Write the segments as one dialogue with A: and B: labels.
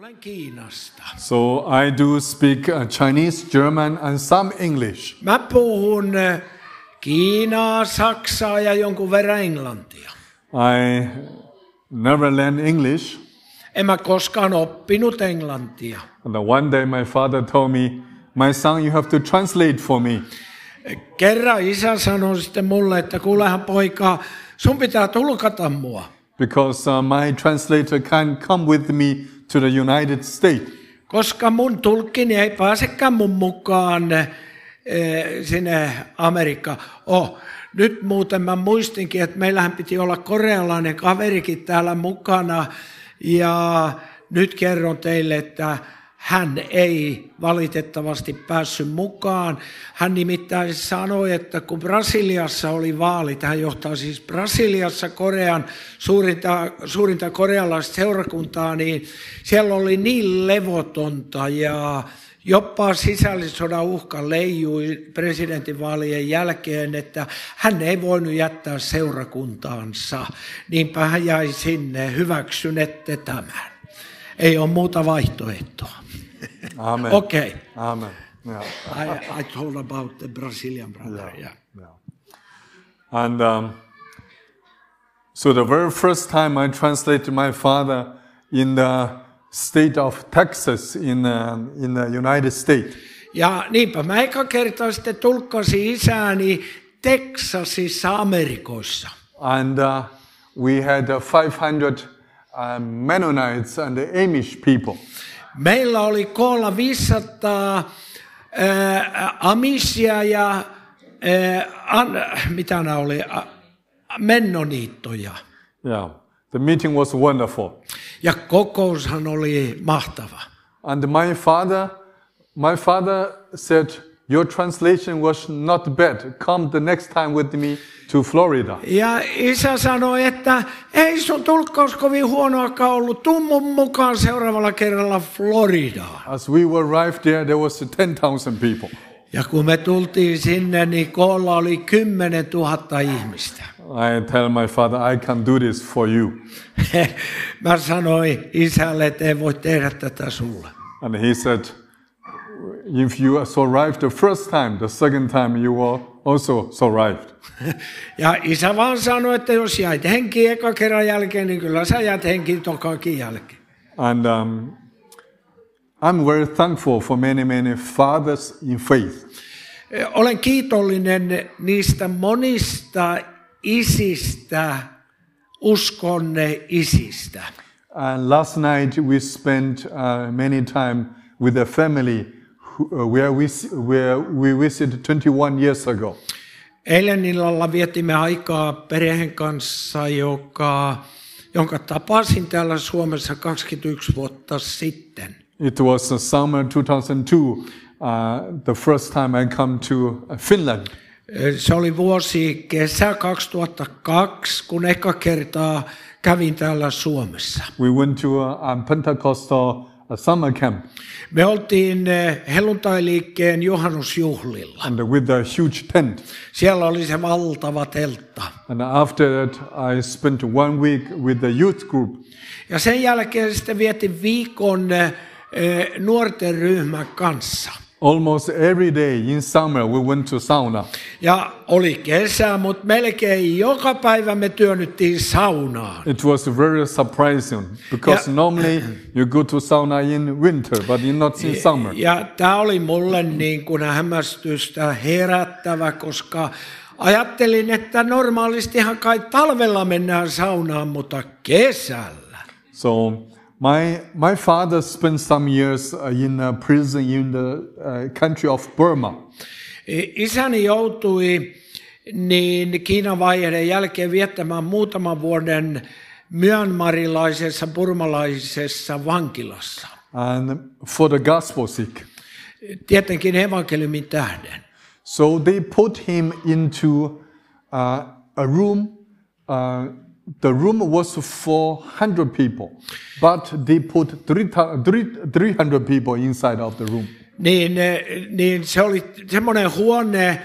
A: vähän Kiinasta.
B: So I do speak uh, Chinese, German, and some English.
A: Mä puhun ö, Kiinaa, Saksaa ja jonkun verran Englantia.
B: I never learned English.
A: En mä koskaan oppinut englantia.
B: And then one day my father told me, My son, you have to translate for me.
A: Kerran isä sanoi sitten mulle, että kuulehan poikaa, sun pitää tulkata mua.
B: Because uh, my translator can't come with me to the United States.
A: Koska mun tulkkini ei pääsekään mun mukaan eh, sinne Amerikkaan. Oh, nyt muuten mä muistinkin, että meillähän piti olla korealainen kaverikin täällä mukana. Ja nyt kerron teille, että hän ei valitettavasti päässyt mukaan. Hän nimittäin sanoi, että kun Brasiliassa oli vaalit, hän johtaa siis Brasiliassa Korean suurinta, suurinta korealaista seurakuntaa, niin siellä oli niin levotonta ja jopa sisällissodan uhka leijui presidentinvaalien jälkeen, että hän ei voinut jättää seurakuntaansa. Niinpä hän jäi sinne, hyväksynette tämän. Ei ole muuta vaihtoehtoa.
B: Amen.
A: Okei. Okay.
B: Amen. Yeah.
A: I, I told about the Brazilian brother. Yeah.
B: Yeah. And um, so the very first time I translated my father in the state of Texas in, uh, in the United States.
A: Ja niinpä mä eka kertaa sitten tulkkasin isääni Teksasissa Amerikoissa.
B: And uh, we had uh, 500 uh, Mennonites and the Amish people.
A: Meillä oli koolla 500 ää, amisia ja ää, an, mitä nämä oli, ä, mennoniittoja.
B: Yeah. The meeting was wonderful.
A: Ja kokoushan oli mahtava.
B: And my father, my father said, your translation was not bad. Come the next time with me to Florida.
A: Ja isä sanoi, että ei sun tulkkaus kovin huonoakaan ollut. Tuu mun mukaan seuraavalla kerralla Floridaan.
B: As we were arrived there, there was 10,000 people.
A: Ja kun me tultiin sinne, niin koolla oli 10 000 ihmistä.
B: I tell my father, I can do this for you.
A: Mä sanoin isälle, että ei voi tehdä tätä sulle.
B: And he said, if you survived the first time, the second time you will also survived.
A: Ja isä vaan sanoi, että jos jäit henki eka kerran jälkeen, niin kyllä sä jäät henki tokakin jälkeen.
B: And um, I'm very thankful for many, many fathers in faith.
A: Olen kiitollinen niistä monista isistä, uskonne isistä.
B: And last night we spent uh, many time with a family who, uh, where, we, s- where we visited 21 years ago.
A: Eilen illalla vietimme aikaa perheen kanssa, joka, jonka tapasin täällä Suomessa 21 vuotta sitten.
B: It was uh, summer 2002, uh, the first time I come to uh, Finland.
A: Se oli vuosi kesä 2002, kun eka kertaa kävin täällä Suomessa.
B: We went to a, a Pentecostal uh, summer camp
A: Me oltiin eh, helluntailiikkeen juhannusjuhlilla.
B: and with a huge tent.
A: Siellä oli se valtava teltta.
B: And after that, I spent one week with the youth group.
A: Ja sen jälkeen sitten vietin viikon eh, eh, nuorten ryhmän kanssa.
B: Almost every day in summer, we went to sauna.
A: Ja oli kesä, mutta melkein joka päivä me työnnyttiin saunaan.
B: It was very surprising because
A: Yeah.
B: normally you go to sauna in winter, but in not in summer.
A: Ja tämä oli mulle niin kuin hämmästystä herättävä, koska ajattelin, että normaalistihan kai talvella mennään saunaan, mutta kesällä.
B: So my my father spent some years uh, in a prison in the uh, country of Burma,
A: I- Isäni joutui niin Kiinan vaiheiden jälkeen viettämään muutaman vuoden myönmarilaisessa burmalaisessa vankilassa.
B: and for the gospel sake.
A: Tietenkin evankeliumin tähden.
B: So they put him into uh, a room. Uh, the room was for 100 people, but they put three thou- three- 300 people inside of the room.
A: Niin, eh, niin se oli semmoinen huone,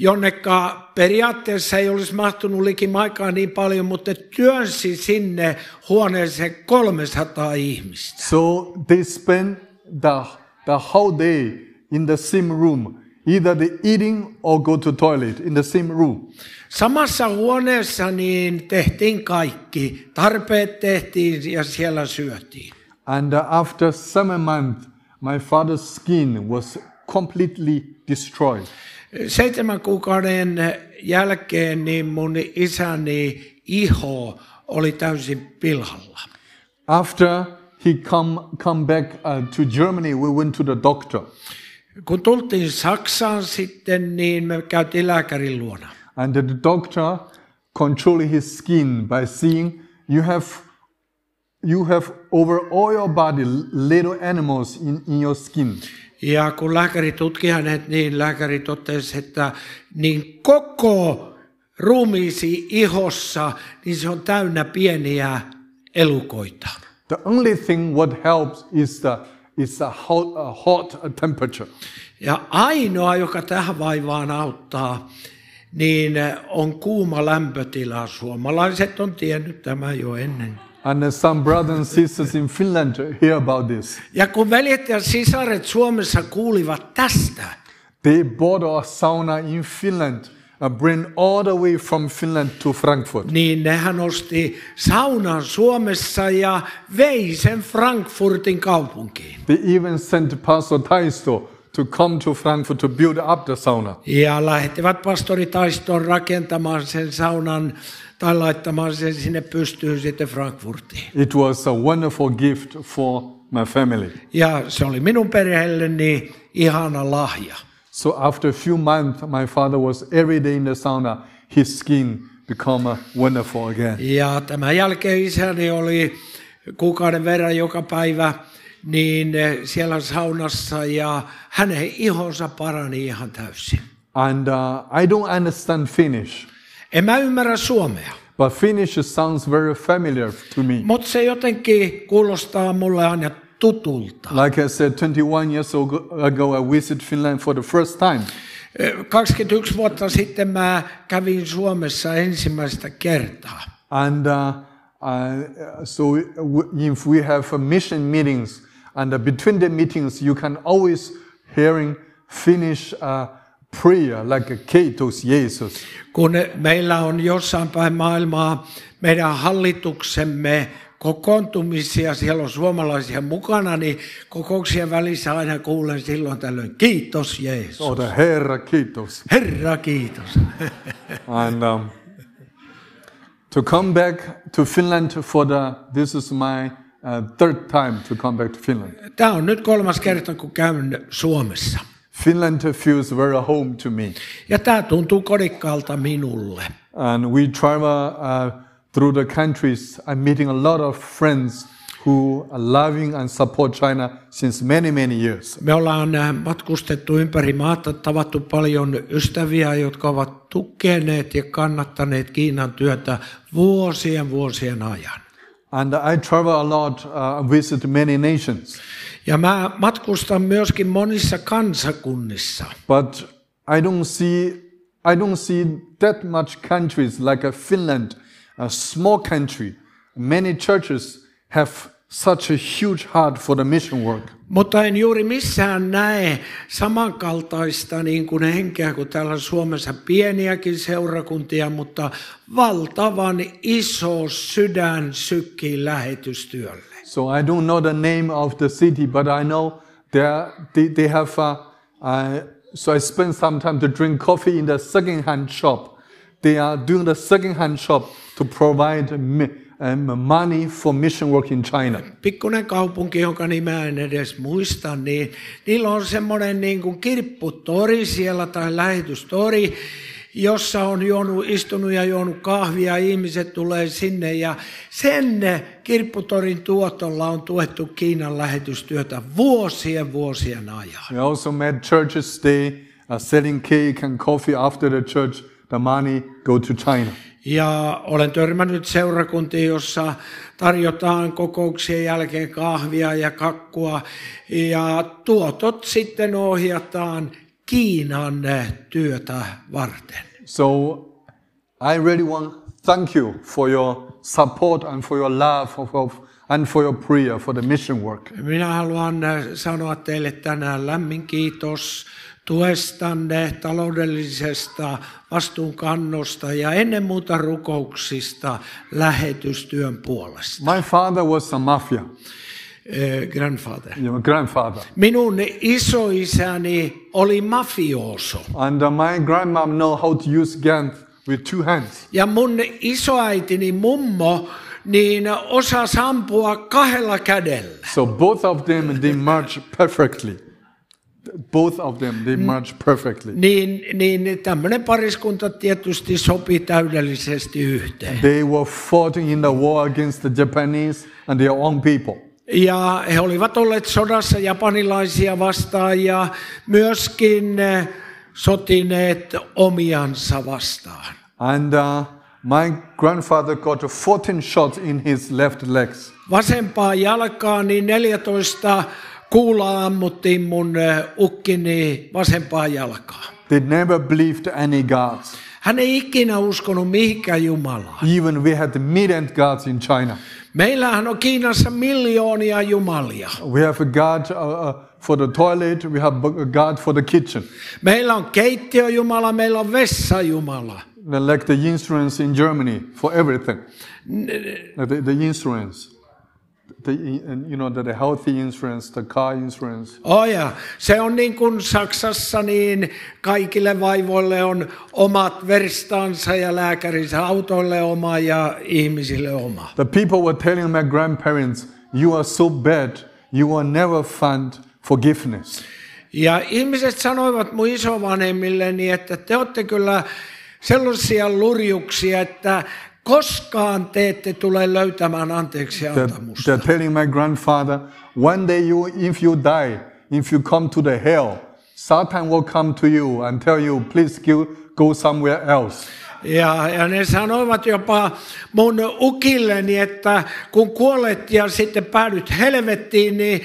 A: jonneka periaatteessa ei olisi mahtunut likimaikaa niin paljon, mutta ne työnsi sinne huoneeseen 300 ihmistä.
B: So they spend the, the whole day in the same room, either they eating or go to toilet in the same room.
A: Samassa huoneessa niin tehtiin kaikki. Tarpeet tehtiin ja siellä syötiin.
B: And uh, after seven months, my father's skin was completely destroyed.
A: Seitsemän kuukauden jälkeen niin mun isäni iho oli täysin pilhalla.
B: After he come, come back uh, to Germany, we went to the doctor.
A: Kun tultiin Saksaan sitten, niin me käytiin lääkärin luona.
B: And the doctor controlled his skin by saying, you have, you have over all your body little animals in, in your skin.
A: Ja kun lääkäri tutki hänet, niin lääkäri totesi, että niin koko ruumiisi ihossa, niin se on täynnä pieniä elukoita.
B: The only thing what helps is the, is the hot, uh, hot temperature.
A: Ja ainoa, joka tähän vaivaan auttaa, niin on kuuma lämpötila. Suomalaiset on tiennyt tämä jo ennen.
B: And uh, some brothers and sisters in Finland hear about this.
A: Ja kun veljet ja sisaret Suomessa kuulivat tästä,
B: They bought a sauna in Finland, uh, bring all the way from Finland to Frankfurt.
A: niin nehän osti saunan Suomessa ja vei sen Frankfurtin kaupunkiin.
B: They even sent Pastor Taisto to come to Frankfurt to build up the sauna.
A: Ja lähettivät pastori Taistoon rakentamaan sen saunan tai laittamaan sen sinne pystyyn sitten Frankfurtiin.
B: It was a wonderful gift for my family.
A: Ja se oli minun perheelleni ihana lahja.
B: So after a few months, my father was every day in the sauna. His skin become uh, wonderful again.
A: Ja tämän jälkeen isäni oli kuukauden verran joka päivä niin eh, siellä saunassa ja hänen ihonsa parani ihan täysin.
B: And uh, I don't understand Finnish,
A: En mä ymmärrä suomea,
B: but Finnish sounds very familiar to me.
A: mutta se jotenkin kuulostaa mulle aina tutulta.
B: Like I said, 21 years ago, ago I visited Finland for the first time.
A: Eh, 21 vuotta sitten mä kävin Suomessa ensimmäistä kertaa.
B: And uh, uh, so we- if we have uh, mission meetings, and uh, between the meetings, you can always hearing Finnish uh, prayer like Keitos Jesus.
A: Kun meillä on jossain päin maailmaa meidän hallituksemme kokoontumisia, siellä on suomalaisia mukana, niin kokouksien välissä aina kuulen silloin tällöin, kiitos Jeesus.
B: or the Herra Keitos.
A: Herra kiitos.
B: And um, to come back to Finland for the, this is my uh, third time to come back to Finland.
A: Tämä on nyt kolmas kerta, kun käyn Suomessa.
B: Finland feels very home to me.
A: Ja tämä tuntuu kodikkaalta minulle.
B: and we travel uh, through the countries. I'm meeting a lot of friends who are loving and support China since many, many years.
A: Me ollaan äh, matkustettu ympäri maata, tavattu paljon ystäviä, jotka ovat tukeneet ja kannattaneet Kiinan työtä vuosien vuosien ajan.
B: And I travel a lot, uh, visit many nations,
A: Ja mä matkustan myöskin monissa kansakunnissa,
B: but I don't see, I don't see that much countries like uh, Finland, a small country. Many churches have such a huge heart for the mission work.
A: mutta en juuri missään näe samankaltaista niin kuin henkeä kuin täällä Suomessa pieniäkin seurakuntia, mutta valtavan iso sydän sykkii lähetystyölle.
B: So I don't know the name of the city, but I know there they, they have. Uh, uh, so I spend some time to drink coffee in the second-hand shop. They are doing the second-hand shop to provide mi- um, money for mission work in China.
A: pikkuinen kaupunki, jonka nimeä en edes muista, niin niillä on semmoinen niin kuin kirpputori siellä tai lähetystori, jossa on juonut, istunut ja juonut kahvia, ihmiset tulee sinne ja sen kirpputorin tuotolla on tuettu Kiinan lähetystyötä vuosien vuosien ajan.
B: We also met churches. They are selling cake and coffee after the church. The money go to China.
A: Ja olen törmännyt seurakuntiin, jossa tarjotaan kokouksien jälkeen kahvia ja kakkua ja tuotot sitten ohjataan Kiinan äh, työtä varten.
B: So I really want to thank you for your support and for your love for, for- and for your prayer for the mission work.
A: Minä haluan äh, sanoa teille tänään lämmin kiitos tuestanne, taloudellisesta vastuunkannosta ja ennen muuta rukouksista lähetystyön puolesta.
B: My father was a mafia,
A: Äh, Grandfather.
B: your grandfather.
A: Minun isoisäni oli mafioso.
B: And uh, my grandma know how to use gun with two hands.
A: Ja mun isoäitini mummo niin osaa ampua kahdella kädellä.
B: So both of them, they merge perfectly. Both of them, they merge perfectly.
A: Niin, niin tämmöinen pariskunta tietysti sopi täydellisesti yhteen.
B: They were fighting in the war against the Japanese and their own people.
A: Ja he olivat olleet sodassa japanilaisia vastaan ja myöskin eh, sotineet omiansa vastaan.
B: And uh, my grandfather got 14 shots in his left legs.
A: Vasempaa jalkaa niin 14 kuulaa ammuttiin mun eh, ukkini vasempaa jalkaa.
B: They never believed any gods.
A: Hän ei ikinä uskonut mihinkään Jumalaan.
B: Even we had million gods in China.
A: Meillähän on Kiinassa miljoonia jumalia.
B: We have a god uh, uh, for the toilet. We have a god for the kitchen.
A: Meillä on keittiöjumala, meillä on vessajumala.
B: They're like the insurance in Germany for everything. Uh, The, the insurance, the in- and, you know the, the healthy insurance, the car insurance.
A: Oh ja, se on niin kuin Saksassa, niin kaikille vaivoille on omat verstaansa ja lääkärinsä, autoille oma ja ihmisille oma.
B: The people were telling my grandparents, "You are so bad. You will never find forgiveness."
A: Ja ihmiset sanoivat mun isovanhemmilleni, että te olette kyllä sellaisia lurjuksia, että koskaan te ette tule löytämään anteeksi
B: They're,
A: antamusta.
B: they're telling my grandfather, one day you, if you die, if you come to the hell, Satan will come to you and tell you, please go, go somewhere else.
A: Ja, ja ne sanoivat jopa mun ukilleni, että kun kuolet ja sitten päädyt helvettiin, niin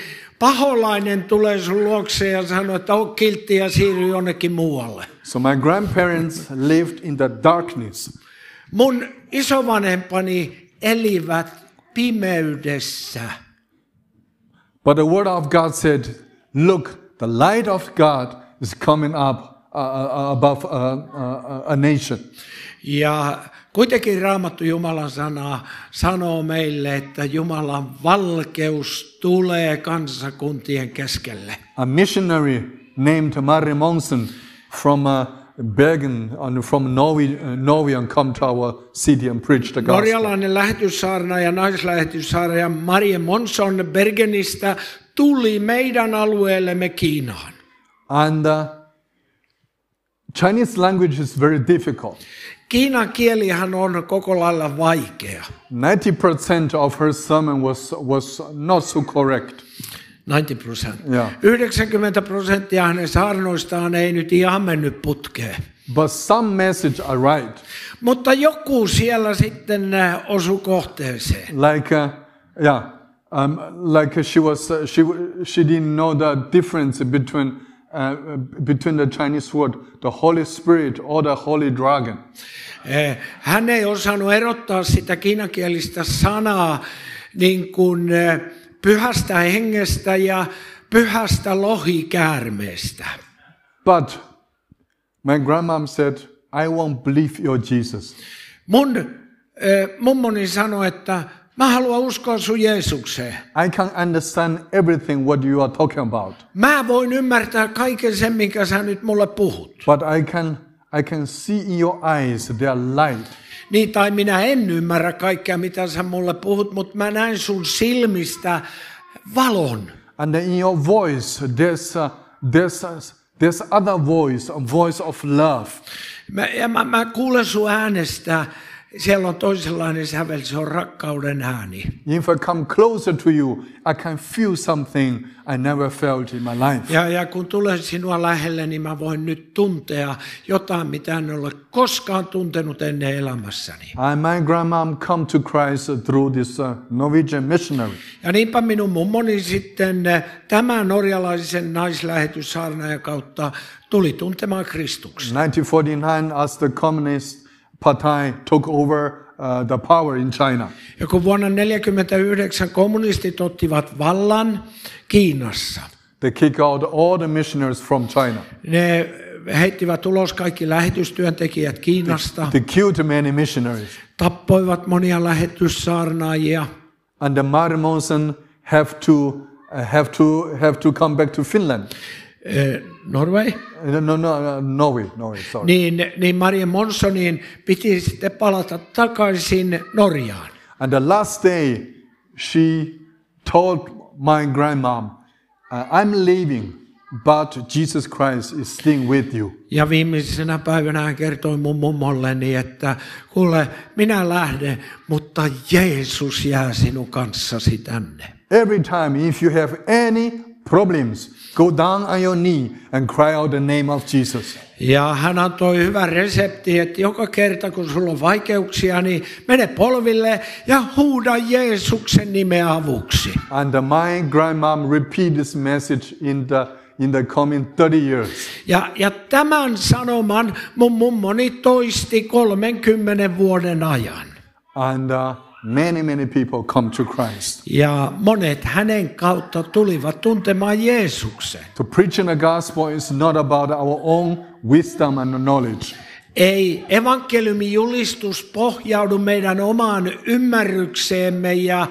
A: paholainen tulee sun luokse ja sanoo, että on kiltti ja siirry jonnekin muualle.
B: So my grandparents lived in the darkness.
A: Mun isovanhempani elivät pimeydessä.
B: But the word of God said, look, the light of God is coming up uh, uh, above uh, uh, a nation.
A: Ja kuitenkin Raamattu Jumalan sana sanoo meille, että Jumalan valkeus tulee kansakuntien keskelle.
B: A missionary named Mari Monsen from uh, Bergen and from Norway, uh, Norway and come to our city and preach the gospel.
A: Norjalainen lähetyssaarna ja naislähetyssaarna Marie Monson Bergenistä tuli meidän alueellemme Kiinaan.
B: And uh, Chinese language is very difficult.
A: Kiinan kielihän on koko lailla vaikea.
B: 90% of her sermon was, was not so correct.
A: 90 prosenttia.
B: Joo.
A: 90 prosenttia hänen saarnoistaan ei nyt ihan mennyt putkeen.
B: But some message are right.
A: Mutta joku siellä sitten äh, osui kohteeseen.
B: Like, uh, yeah, um, like she was, uh, she, w- she didn't know the difference between, uh, between the Chinese word, the Holy Spirit or the Holy Dragon.
A: Eh, Hän ei osannut erottaa sitä kiinankielistä sanaa niin kuin eh, pyhästä hengestä ja pyhästä lohikäärmeestä.
B: But my grandmom said, I won't believe your Jesus.
A: Mun eh, mummoni sanoi, että mä haluan uskoa sun Jeesukseen.
B: I can understand everything what you are talking about.
A: Mä voin ymmärtää kaiken sen, minkä sä nyt mulle puhut.
B: But I can I can see in your eyes their light.
A: Niin tai minä en ymmärrä kaikkea, mitä sä mulle puhut, mutta mä näen sun silmistä valon.
B: And in your voice there's uh, there's uh, there's other voice, a voice of love.
A: Mä, ja mä, mä kuulen sun äänestä siellä on toisenlainen sävel, se on rakkauden ääni.
B: If I come closer to you, I can feel something I never felt in my life.
A: Ja, ja kun tulen sinua lähelle, niin mä voin nyt tuntea jotain, mitä en ole koskaan tuntenut ennen elämässäni.
B: And my grandmom come to Christ through this uh, Norwegian missionary.
A: Ja niinpä minun mummoni sitten eh, tämän norjalaisen naislähetyssaarnaajan kautta tuli tuntemaan Kristuksen.
B: 1949, as the Communist Party took over uh, the power in China,
A: Ja kun vuonna 1949 kommunistit ottivat vallan Kiinassa,
B: they kicked out all the missionaries from China.
A: ne heittivät ulos kaikki lähetystyöntekijät Kiinasta,
B: They killed many missionaries.
A: tappoivat monia lähetyssaarnaajia.
B: And the Mari Monson have to uh, have to have to come back to Finland.
A: Eh, Norway?
B: Uh, No, no, no Norway, Norway. Sorry.
A: Niin, niin Marie Monsonin piti sitten palata takaisin Norjaan.
B: And the last day, she told my grandmom, uh, "I'm leaving, but Jesus Christ is staying with you."
A: Ja viimeisenä päivänä hän kertoi mun mummolleni, että kuule, minä lähden, mutta Jeesus jää sinun kanssasi tänne.
B: Every time, if you have any problems, go down on your knee and cry out the name of Jesus.
A: Ja hän antoi hyvän reseptin, että joka kerta kun sulla on vaikeuksia, niin mene polville ja huuda Jeesuksen nimeä avuksi.
B: And my grandmom repeat this message in the in the coming 30 years.
A: Ja, ja tämän sanoman mun mummoni toisti 30 vuoden ajan.
B: And uh, many, many people come to Christ.
A: Ja monet hänen kautta tulivat tuntemaan Jeesuksen.
B: So preaching the gospel is not about our own wisdom and knowledge.
A: Ei evankeliumin julistus pohjaudu meidän omaan ymmärrykseemme ja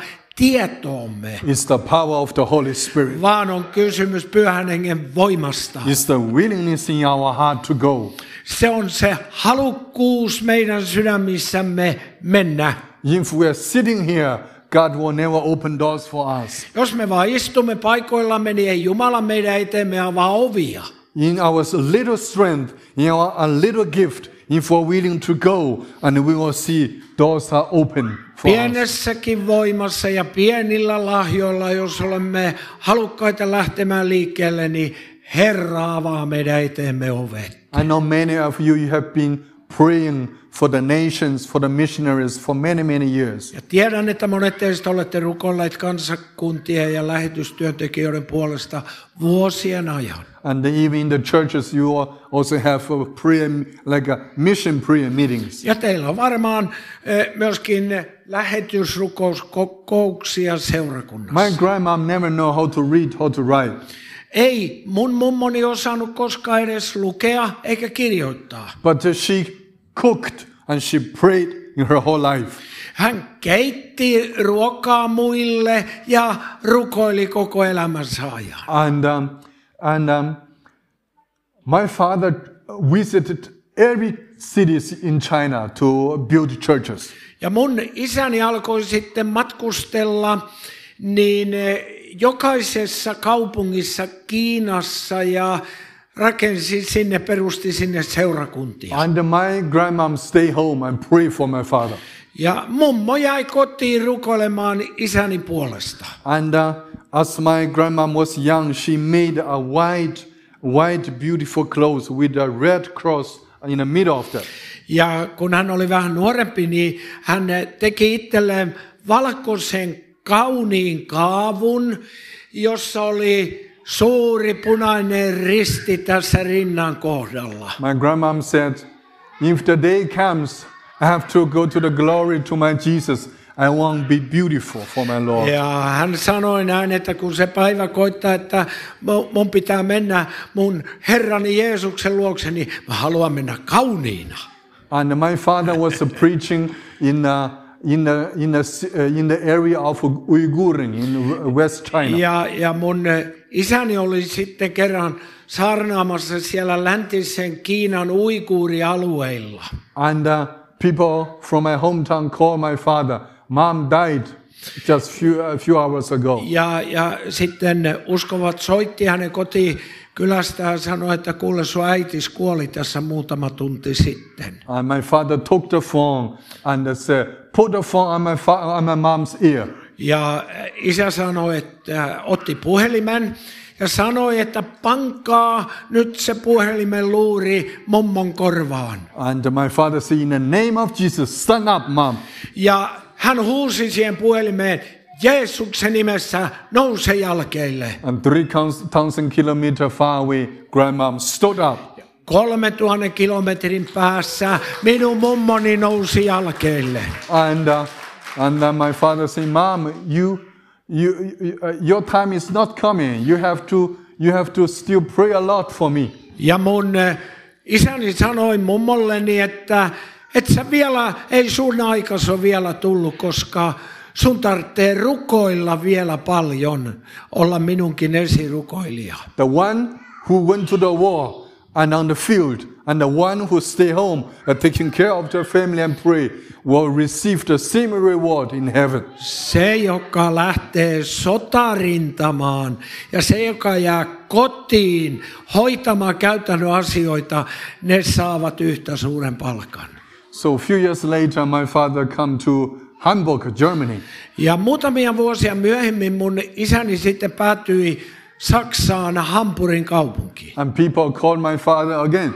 A: tietoomme,
B: It's the power of the Holy Spirit.
A: vaan on kysymys pyhän hengen voimasta.
B: It's the willingness in our heart to go.
A: Se on se halukkuus meidän sydämissämme mennä.
B: If we are sitting here, God will never open doors for us.
A: Jos me vaan istumme paikoillamme, niin ei Jumala meidän eteemme avaa ovia.
B: In our little strength, in our a little gift, if we're willing to go, and we will see doors are open for us.
A: Pienessäkin voimassa ja pienillä lahjoilla, jos olemme halukkaita lähtemään liikkeelle, niin Herra avaa meidän eteemme ovet.
B: I know many of you, you have been praying for the nations, for the missionaries for many, many years.
A: Ja tiedän, että monet teistä olette rukoilleet kansakuntien ja lähetystyöntekijöiden puolesta vuosien ajan.
B: And even in the churches, you will also have a prayer, like a mission prayer meetings.
A: Ja teillä on varmaan eh, myöskin lähetysrukouskokouksia seurakunnassa.
B: My grandma never know how to read, how to write,
A: Ei mun mummoni osannut koskaan edes lukea eikä kirjoittaa.
B: but she cooked and she prayed in her whole life.
A: Hän keitti ruokaa muille ja rukoili koko elämänsä ajan.
B: And um, and um, my father visited every cities in China to build churches.
A: Ja mun isäni alkoi sitten matkustella niin eh, jokaisessa kaupungissa Kiinassa ja rakensi sinne, perusti sinne seurakuntia.
B: And my grandma stay home and pray for my father.
A: Ja mummo jäi kotiin rukoilemaan isäni puolesta.
B: And uh, as my grandma was young, she made a white, white, beautiful clothes with a red cross in the middle of that.
A: Ja kun hän oli vähän nuorempi, niin hän teki itselleen valkoisen kauniin kaavun, jossa oli suuri punainen risti tässä rinnan kohdalla.
B: My grandma said, "If the day comes, I have to go to the glory to my Jesus. I want to be beautiful for my Lord."
A: Ja hän sanoi näin, että kun se päivä koittaa, että mu- mun pitää mennä mun Herrani Jeesuksen luokse, niin mä haluan mennä kauniina.
B: And my father was preaching in uh, in the in the ci- uh, in the area of Uyghur in West China.
A: Ja, ja mun isäni oli sitten kerran saarnaamassa siellä läntisen Kiinan uikuurialueilla.
B: And uh, people from my hometown called my father. Mom died just few, a few hours ago.
A: Ja, ja sitten uskovat soitti hänen koti, Kylästä hän sanoi, että kuule sun äitis kuoli tässä muutama tunti sitten.
B: And my father took the phone and uh, said, put the phone on my, fa- on my mom's ear.
A: Ja isä sanoi, että otti puhelimen ja sanoi, että pankaa nyt se puhelimen luuri mummon korvaan.
B: And my father said, in the name of Jesus, stand up, mom.
A: Ja hän huusi siihen puhelimeen, Jeesuksen nimessä nouse jalkeille.
B: And three cons- thousand kilometer far away, grandmom stood up.
A: Kolme tuhannen kilometrin päässä minun mummoni nousi jalkeille.
B: And, uh, and then my father said, mom, you, you, you- uh, your time is not coming. You have to, you have to still pray a lot for me.
A: Ja mun eh, isäni sanoi mummolleni, että et sä vielä, ei sun aikas ole vielä tullut, koska sun tarvitsee rukoilla vielä paljon, olla minunkin esirukoilija.
B: The one who went to the war and on the field, and the one who stay home and taking care of their family and pray, will receive the same reward in heaven.
A: Se, joka lähtee sotarintamaan ja se, joka jää kotiin hoitamaan käytännön asioita, ne saavat yhtä suuren palkan.
B: So a few years later, my father come to Hamburg, Germany.
A: Ja muutamia vuosia myöhemmin mun isäni sitten päätyi Saksaan Hampurin kaupunkiin.
B: And people called my father again.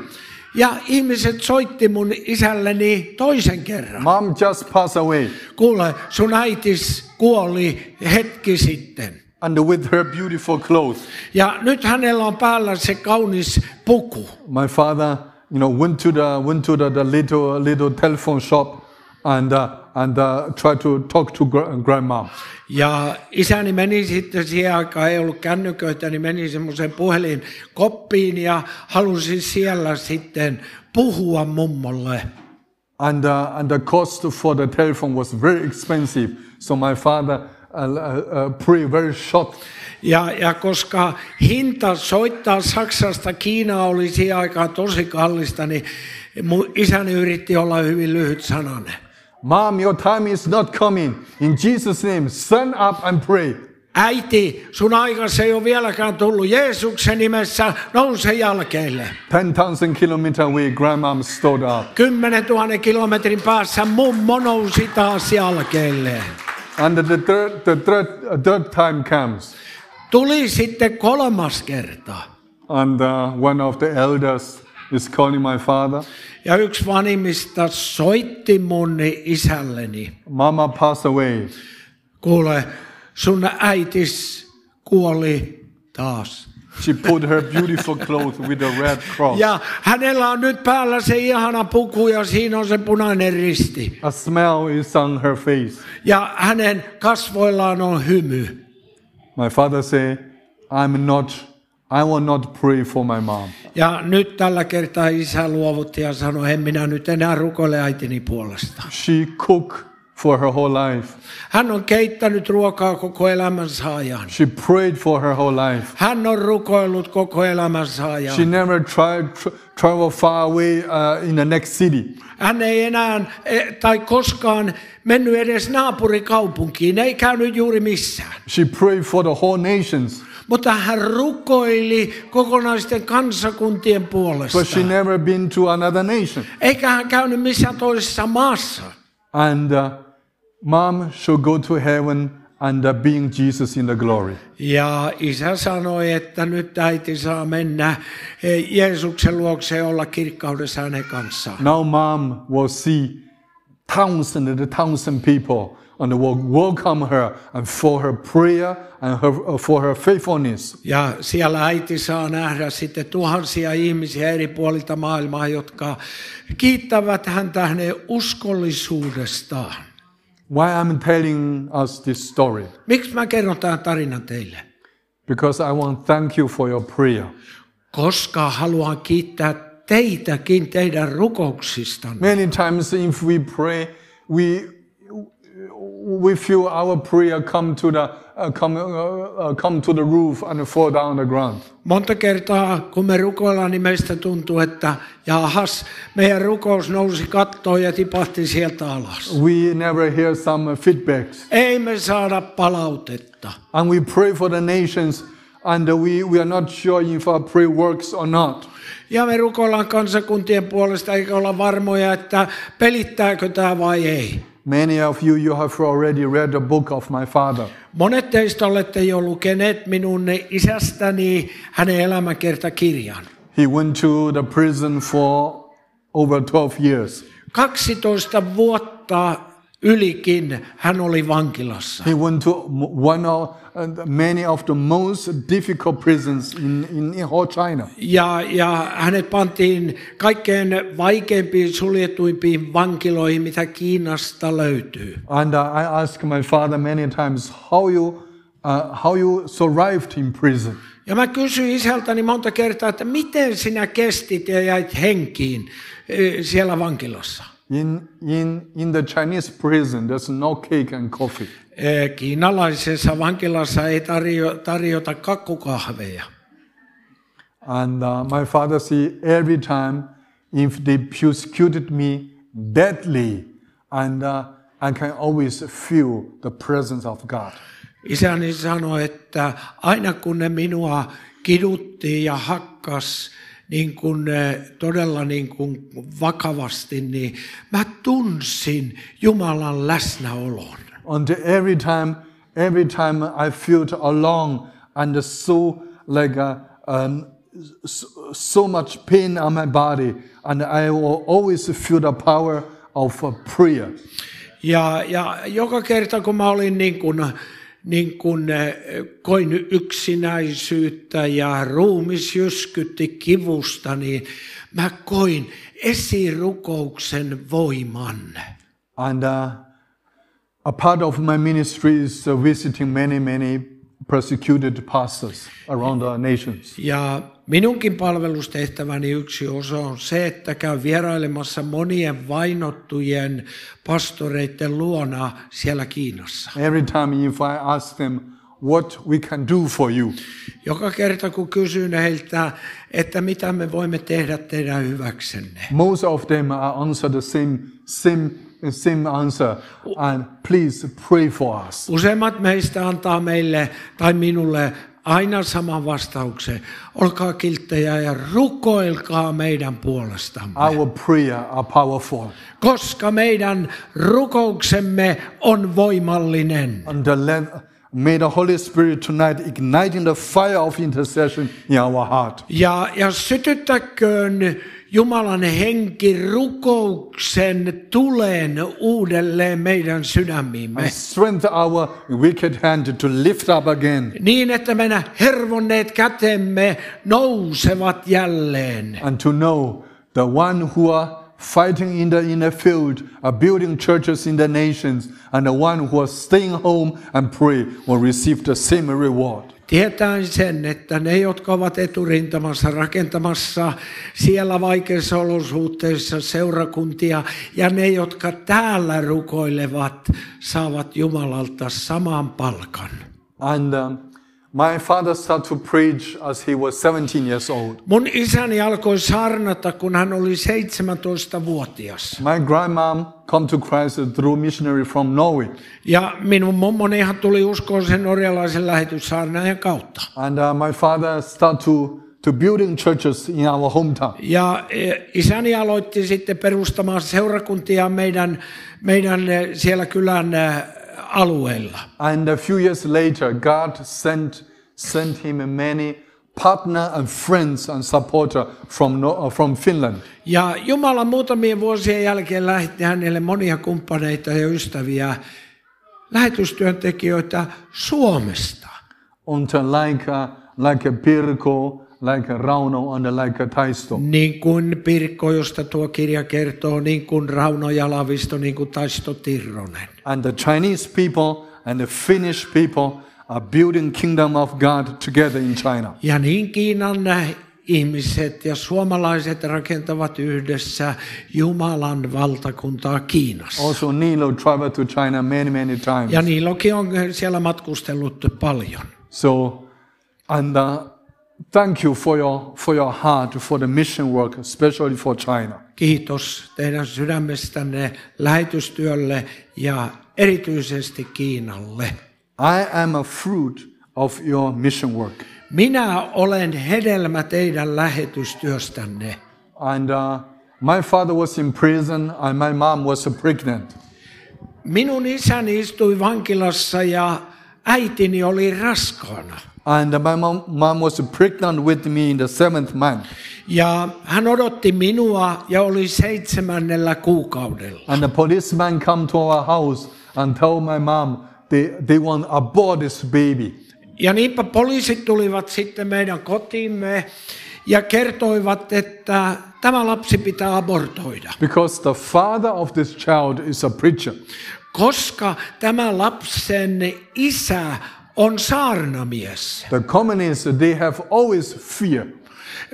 A: Ja ihmiset soitti mun isälleni toisen kerran.
B: Mom just passed away.
A: Kuule, sun äitis kuoli hetki sitten.
B: And with her beautiful clothes,
A: Ja nyt hänellä on päällä se kaunis puku.
B: my father, you know, went to the, went to the, the little, little telephone shop and, uh, and uh, tried to talk to gr- grandma.
A: Ja isäni meni sitten siihen aikaan, ei ollut kännyköitä, niin meni semmoiseen puhelinkoppiin ja halusi siellä sitten puhua mummolle.
B: And, uh, and the cost for the telephone was very expensive. So my father uh, uh, uh, prayed very short.
A: Ja, ja koska hinta soittaa Saksasta Kiinaa oli siihen aikaan tosi kallista, niin mun isäni yritti olla hyvin lyhyt sananen.
B: Mom, your time is not coming. In Jesus' name, stand up and pray.
A: Äiti, sun aikas ei ole vieläkään tullut Jeesuksen nimessä, nouse jalkeille.
B: 10,000 kilometer away, grandmom stood up.
A: Kymmenen tuhannen kilometrin päässä mummo nousi taas jalkeilleen.
B: And the third, the third, uh, third time comes.
A: Tuli sitten kolmas kerta.
B: And uh, one of the elders is calling my father.
A: Ja yksi vanhimmista soitti mun isälleni.
B: Mama passed away.
A: Kuule, sun äitis kuoli taas.
B: She put her beautiful clothes with the red cross.
A: Ja hänellä on nyt päällä se ihana puku ja siinä on se punainen risti.
B: A smile is on her face.
A: Ja hänen kasvoillaan on hymy.
B: My father say, I'm not, I will not pray for my mom.
A: Ja nyt tällä kertaa isä luovutti ja sanoi, en minä nyt enää rukoile äitini puolesta.
B: She cook for her whole life.
A: Hän on keittänyt ruokaa koko elämänsä ajan.
B: She prayed for her whole life.
A: Hän on rukoillut koko elämänsä ajan.
B: She never tried tr- travel far away uh, in the next city.
A: Hän ei enää eh, tai koskaan mennyt edes naapurikaupunkiin, ei käynyt juuri missään.
B: She prayed for the whole nations,
A: Mutta hän rukoili kokonaisten kansakuntien puolesta.
B: but she never been to another nation.
A: Eikä hän käynyt missään toisessa maassa.
B: And uh, mom shall go to heaven and uh, being Jesus in the glory.
A: Ja isä sanoi, että nyt äiti saa mennä eh, Jeesuksen luokse ja olla kirkkaudessa hänen kanssaan.
B: Now mom will see thousand and thousand people and will welcome her and for her prayer and her, for her faithfulness.
A: Ja siellä äiti saa nähdä sitten tuhansia ihmisiä eri puolilta maailmaa, jotka kiittävät häntä hänen uskollisuudestaan.
B: Why I'm telling us this story?
A: Miksi mä kerron tämän tarinan teille?
B: Because I want to thank you for your prayer.
A: Koska haluan kiittää teitäkin teidän rukouksistanne.
B: Many times if we pray, we, we feel our prayer come to the, uh, come, uh, uh, come to the roof and fall down on the ground.
A: Monta kertaa, kun me rukoillaan, niin meistä tuntuu, että jahas, meidän rukous nousi kattoon ja tipahti sieltä alas.
B: We never hear some feedbacks.
A: Ei me saada palautetta.
B: And we pray for the nations and uh, we, we are not sure if our prayer works or not.
A: Ja me rukoillaan kansakuntien puolesta, eikä olla varmoja, että pelittääkö tämä vai ei.
B: Many of you, you have already read the book of my father.
A: Monet teistä olette jo lukeneet minun isästäni hänen elämäkertakirjan.
B: He went to the prison for over 12 years.
A: 12 vuotta ylikin hän oli vankilassa.
B: He went to m- one of uh, many of the most difficult prisons in, in, in whole China.
A: Ja, ja hänet pantiin kaikkein vaikeimpiin suljetuimpiin vankiloihin, mitä Kiinasta löytyy.
B: And uh, I asked my father many times how you, uh, how you survived in prison.
A: Ja mä kysyin isältäni monta kertaa, että miten sinä kestit ja jäit henkiin eh, siellä vankilassa.
B: In, in, in the Chinese prison, there's no cake and coffee.
A: Eh, Kiinalaisessa vankilassa ei tarjo, tarjota kakkukahveja.
B: And uh, my father said, every time if they persecuted me deadly, and uh, I can always feel the presence of God.
A: Isäni sanoi, että aina kun ne minua kidutti ja hakkas niin kun, eh, todella niin kun vakavasti, niin mä tunsin Jumalan läsnäolon.
B: And every time, every time I felt alone and so like uh, um, so, so much pain on my body, and I will always feel the power of uh, prayer.
A: Ja, ja joka kerta kun mä olin niin kun, niin kun eh, koin yksinäisyyttä ja ruumis jyskytti kivusta, niin mä koin esirukouksen voiman.
B: And uh, a part of my ministry is uh, visiting many, many persecuted pastors around our nations.
A: Ja minunkin palvelustehtäväni yksi osa on se, että käyn vierailemassa monien vainottujen pastoreiden luona siellä Kiinassa.
B: Every time if I ask them what we can do for you,
A: Joka kerta kun kysyn heiltä, että mitä me voimme tehdä teidän hyväksenne,
B: most of them are answer the same, same, same answer. And please pray for us.
A: useimmat meistä antaa meille tai minulle aina saman vastauksen. Olkaa kilttejä ja rukoilkaa meidän puolestamme,
B: Our prayer are powerful,
A: koska meidän rukouksemme on voimallinen.
B: and the let, may the Holy Spirit tonight igniting the fire of intercession in our heart.
A: Ja, ja sytyttäköön Jumalan henki rukouksen tuleen uudelleen meidän sydämiimme.
B: And strengthen our wicked hand to lift up again.
A: Niin, että meidän hervonneet kätemme nousevat jälleen.
B: and to know the one who are fighting in the inner field, are building churches in the nations, and the one who are staying home and pray will receive the same reward.
A: Tietäen sen, että ne, jotka ovat eturintamassa rakentamassa siellä vaikeissa olosuhteissa seurakuntia, ja ne, jotka täällä rukoilevat, saavat Jumalalta saman palkan.
B: And um, my father started to preach as he was 17 years old.
A: Mun isäni alkoi saarnata, kun hän oli 17-vuotias.
B: My grandmom come to Christ through missionary from Norway,
A: Ja minun mummonihan tuli uskoon sen norjalaisen lähetyssaarnaajan kautta.
B: and uh, my father started to to building churches in our hometown.
A: Ja eh, isäni aloitti sitten perustamaan seurakuntia meidän, meidän eh, siellä kylän eh, alueella.
B: And a few years later, God sent, sent him many partner and friends and supporter from, Nor- uh, from Finland.
A: Ja Jumala muutamien vuosien jälkeen lähetti hänelle monia kumppaneita ja ystäviä, lähetystyöntekijöitä Suomesta.
B: And uh, like, uh, like a Pirko, like a Rauno, and like a Taisto.
A: Niin kuin Pirkko, josta tuo kirja kertoo, niin kuin Rauno Jalavisto, niin kuin Taisto Tirronen.
B: And the Chinese people and the Finnish people are building kingdom of God together in China.
A: Ja niin Kiinan ihmiset ja suomalaiset rakentavat yhdessä Jumalan valtakuntaa Kiinassa.
B: Also, Nilo traveled to China many, many times.
A: Ja niilläkin on siellä matkustellut paljon.
B: So, and uh, thank you for your, for your heart, for the mission work, especially for China.
A: Kiitos teidän sydämestänne lähetystyölle ja erityisesti Kiinalle.
B: I am a fruit of your mission work.
A: Minä olen hedelmä teidän lähetystyöstänne.
B: And uh, my father was in prison, and my mom was pregnant.
A: Minun isäni istui vankilassa ja äitini oli raskaana.
B: And my mom, mom was pregnant with me in the seventh month.
A: Ja hän odotti minua ja oli seitsemännellä kuukaudella.
B: And the policeman come to our house and tell my mom they, they want to abort this baby.
A: Ja niinpä poliisit tulivat sitten meidän kotiimme ja kertoivat, että tämä lapsi pitää abortoida,
B: Because the father of this child is a preacher.
A: koska tämä lapsen isä on saarnamies.
B: The communists, they have always fear.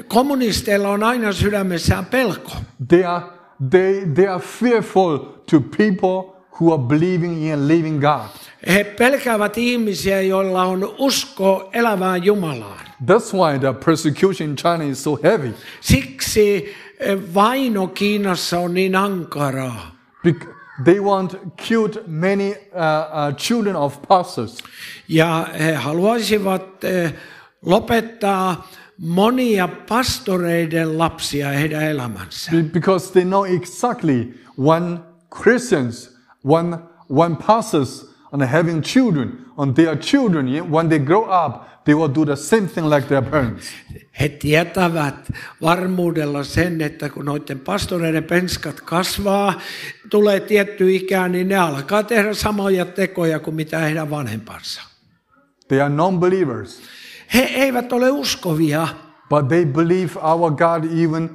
A: Kommunisteilla on aina sydämessään pelko.
B: They are, they, they are fearful to people who are believing in and living God.
A: He pelkäävät ihmisiä, joilla on usko elävään Jumalaan.
B: That's why the persecution in China is so heavy.
A: Siksi eh, vaino Kiinassa on niin ankaraa.
B: Bec- They want killed many uh, uh, children of pastors.
A: Ja he haluaisivat eh, lopettaa monia pastoreiden lapsia heidän elämänsä.
B: Be- because they know exactly when Christians, when when pastors and having children, and their children, yeah, when they grow up, they will do the same thing like their parents.
A: He tietävät varmuudella sen, että kun noiden pastoreiden penskat kasvaa, tulee tietty ikä, niin ne alkaa tehdä samoja tekoja kuin mitä heidän vanhempansa.
B: They are non-believers,
A: He eivät ole uskovia,
B: but they believe our God even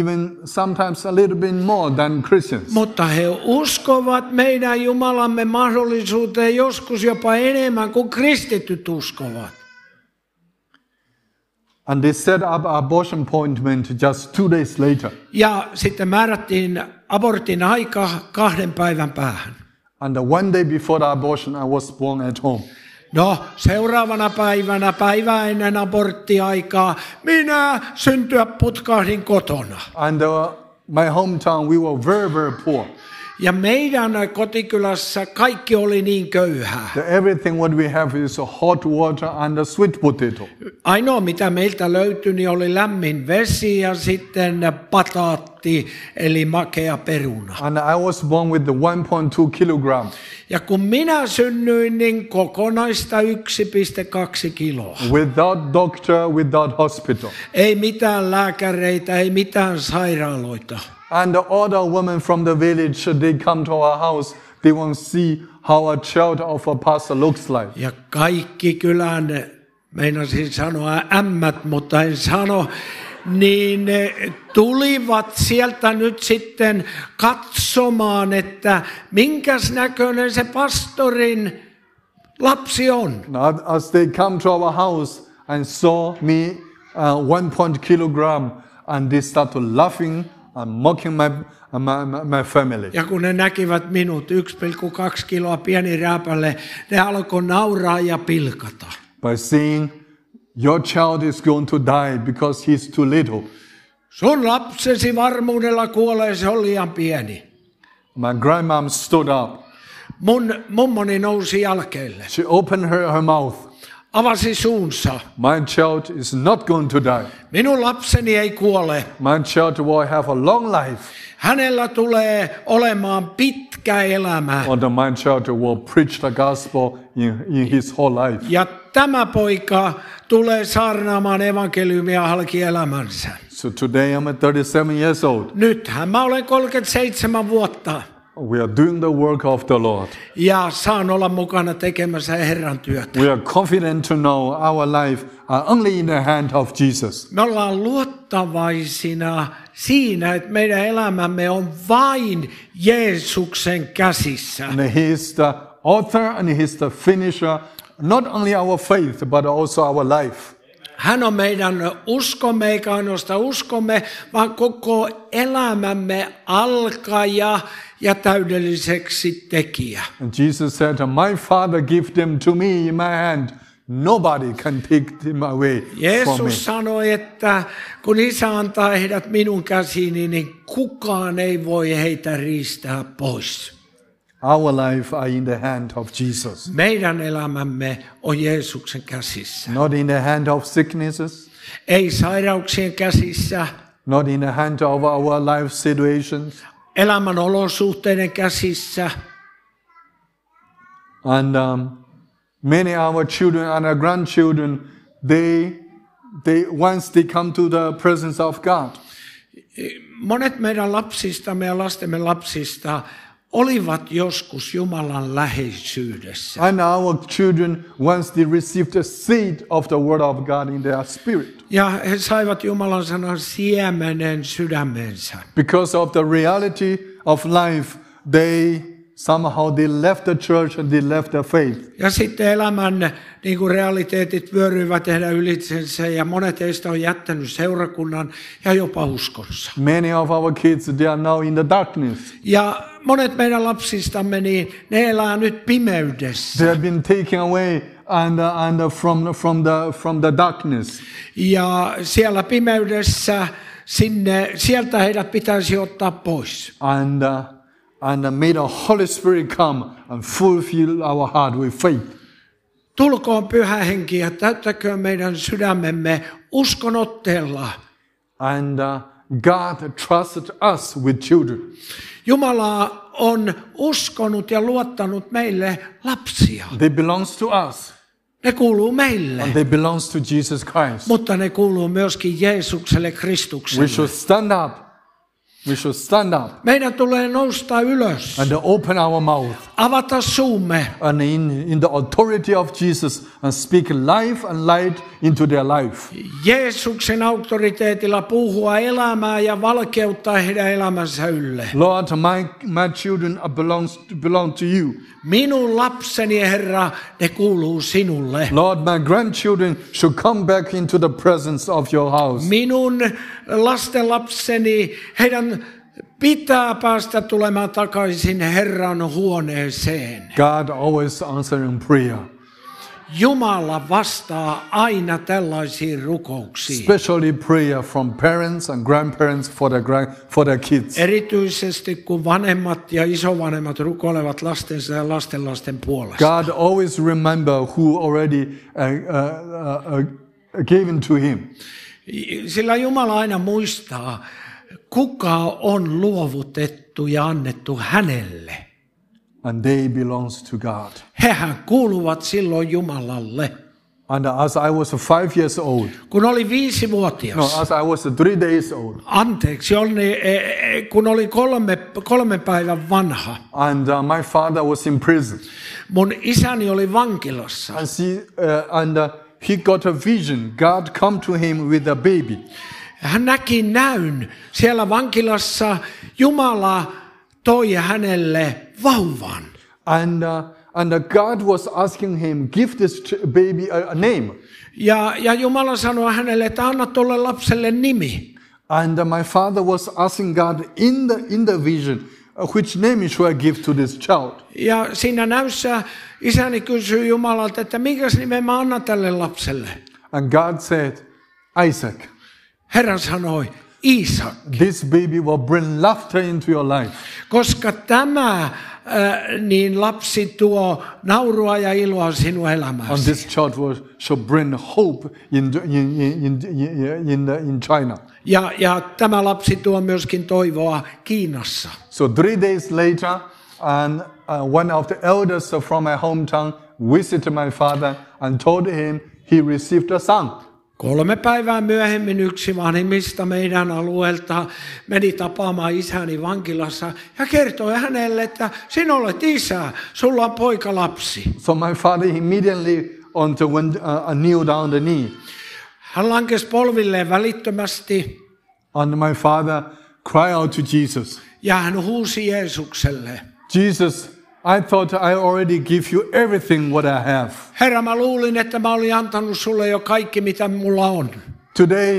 B: even sometimes a little bit more than Christians.
A: mutta he uskovat meidän Jumalamme mahdollisuuteen joskus jopa enemmän kuin kristityt uskovat.
B: And they set up abortion appointment just two days later.
A: Ja sitten määrättiin abortin aika kahden päivän päähän.
B: And one day before the abortion, I was born at home.
A: No, seuraavana päivänä, päivää ennen aborttiaikaa, minä syntyä putkahdin kotona.
B: And uh, my hometown, we were very, very poor.
A: Ja meidän kotikylässä kaikki oli niin köyhää.
B: The everything what we have is hot water and a sweet potato.
A: Ainoa mitä meiltä löytyi, niin oli lämmin vesi ja sitten pataatti, eli makea peruna.
B: And I was born with the 1.2 kilogram,
A: Ja kun minä synnyin, niin kokonaista 1,2 kiloa.
B: without doctor, without hospital.
A: Ei mitään lääkäreitä, ei mitään sairaaloita.
B: And the other women from the village, they come to our house, they want to see how a child of a pastor looks like.
A: Ja kaikki kylän, meinasin sanoa ämmät, mutta en sano, niin eh, tulivat sieltä nyt sitten katsomaan, että minkäs näköinen se pastorin lapsi on.
B: Now, as they come to our house and saw me uh, one point kilogram, and they start to laughing and mocking my, my, my my family.
A: Ja kun ne näkivät minut 1,2 kiloa pieni rääpälle, ne alkoi nauraa ja pilkata.
B: by saying, Your child is going to die because he's too little.
A: Sun lapsesi varmuudella kuolee, se on liian pieni.
B: My grandmom stood up.
A: Mun mummoni nousi jälkeelle.
B: She opened her, her mouth.
A: avasi suunsa.
B: My child is not going to die.
A: Minun lapseni ei kuole.
B: My child will have a long life.
A: Hänellä tulee olemaan pitkä elämä.
B: Or the my child will preach the gospel in, in his whole life.
A: Ja tämä poika tulee saarnaamaan evankeliumia halki elämänsä.
B: So today I'm at 37 years old.
A: Nythän mä olen 37 vuotta
B: We are doing the work of the Lord.
A: ja saan olla mukana tekemässä Herran työtä.
B: We are confident to know our life are only in the hand of Jesus.
A: Me ollaan luottavaisina siinä, että meidän elämämme on vain Jeesuksen käsissä.
B: And he is the author and he is the finisher, not only our faith, but also our life.
A: Hän on meidän uskomme, eikä ainoastaan uskomme, vaan koko elämämme alkaja ja täydelliseksi tekijä.
B: And Jesus said, My Father give them to me in my hand. Nobody can take them away from me.
A: Jeesus sanoi, että kun isä antaa heidät minun käsiini, niin kukaan ei voi heitä riistää pois.
B: our life are in the hand of Jesus,
A: Meidän elämämme on Jeesuksen käsissä.
B: not in the hand of sicknesses,
A: Ei sairauksien käsissä,
B: not in the hand of our life situations.
A: elämän olosuhteiden käsissä.
B: And um, many of our children and our grandchildren, they, they once they come to the presence of God,
A: Monet meidän lapsistamme ja lastemme lapsista olivat joskus Jumalan läheisyydessä.
B: and our children once they receive the seed of the Word of God in their spirit,
A: Ja he saivat Jumalan sanan siemenen sydämensä.
B: because of the reality of life, they somehow they left the church and they left the faith.
A: Ja sitten elämän niin kuin realiteetit vyöryivät heidän ylitsensä ja monet heistä on jättänyt seurakunnan ja jopa uskonsa.
B: Many of our kids they are now in the darkness.
A: Ja monet meidän lapsistamme, niin ne elää nyt pimeydessä.
B: They have been taken away and uh, and uh, from from the from the darkness.
A: Ja siellä pimeydessä, sinne, sieltä heidät pitäisi ottaa pois.
B: and uh, and may the Holy Spirit come and fulfill our heart with faith.
A: Tulkoon pyhä henki ja täyttäköön meidän sydämemme uskonotteella.
B: And uh, God trusted us with children.
A: Jumala on uskonut ja luottanut meille lapsia.
B: They belongs to us.
A: Ne kuuluu meille,
B: They belongs to Jesus Christ.
A: mutta ne kuuluu myöskin Jeesukselle
B: We
A: Kristukselle.
B: should stand up. We should stand up
A: Meidän tulee nousta ylös,
B: and open our mouth
A: avata suumme
B: and in, in the authority of Jesus and speak life and light into their life.
A: Jeesuksen auktoriteetilla puhua elämää ja valkeuttaa heidän elämänsä ylle.
B: Lord, my, my children are belongs, belong to you.
A: Minun lapseni, Herra, ne kuuluu sinulle.
B: Lord, my grandchildren should come back into the presence of your house.
A: Minun lastenlapseni, heidän pitää päästä tulemaan takaisin Herran huoneeseen.
B: God always answering prayer,
A: Jumala vastaa aina tällaisiin rukouksiin.
B: especially prayer from parents and grandparents for their grand, for their kids.
A: Erityisesti kun vanhemmat ja isovanhemmat rukoilevat lastensa ja lastenlasten puolesta.
B: God always remember who already uh, uh, uh, uh, given to him.
A: Sillä Jumala aina muistaa, kuka on luovutettu ja annettu hänelle.
B: And they belongs to God.
A: Hehän kuuluvat silloin Jumalalle.
B: And as I was five years old,
A: Kun oli
B: no,
A: viisivuotias,
B: as I was three days old,
A: anteeksi, oli, e, e, kun oli kolme, kolmen päivän vanha,
B: and uh, my father was in prison,
A: mun isäni oli vankilassa.
B: and see, uh, and uh, he got a vision. God come to him with a baby.
A: Hän näki näyn siellä vankilassa. Jumala toi hänelle vauvan.
B: And, uh, and uh, God was asking him, give this ch- baby a, a name.
A: Ja, ja Jumala sanoi hänelle, että anna tuolle lapselle nimi.
B: And uh, my father was asking God in the, in the vision, uh, which name should I give to this child?
A: Ja siinä näyssä isäni kysyy Jumalalta, että minkä nimen mä annan tälle lapselle?
B: And God said, Isaac,
A: Herra sanoi, Iisak,
B: this baby will bring laughter into your life.
A: koska tämä äh, niin lapsi tuo naurua ja iloa sinun
B: And
A: elämääsi.
B: this child will, shall bring hope in, in, in, in, in, the- in China.
A: Ja, ja tämä lapsi tuo myöskin toivoa Kiinassa.
B: So three days later, and uh, one of the elders from my hometown visited my father and told him he received a son.
A: Kolme päivää myöhemmin yksi vanhimmista meidän alueelta meni tapaamaan isäni vankilassa ja kertoi hänelle, että sinä olet isä, sulla on poikalapsi.
B: So my father immediately on the wind, uh, kneel down the knee,
A: Hän lankesi polvilleen välittömästi
B: and my father cried out to Jesus.
A: ja hän huusi Jeesukselle.
B: Jesus, I thought I already give you everything what I have.
A: Herra, mä luulin, että mä olin antanut sulle jo kaikki, mitä mulla on.
B: Today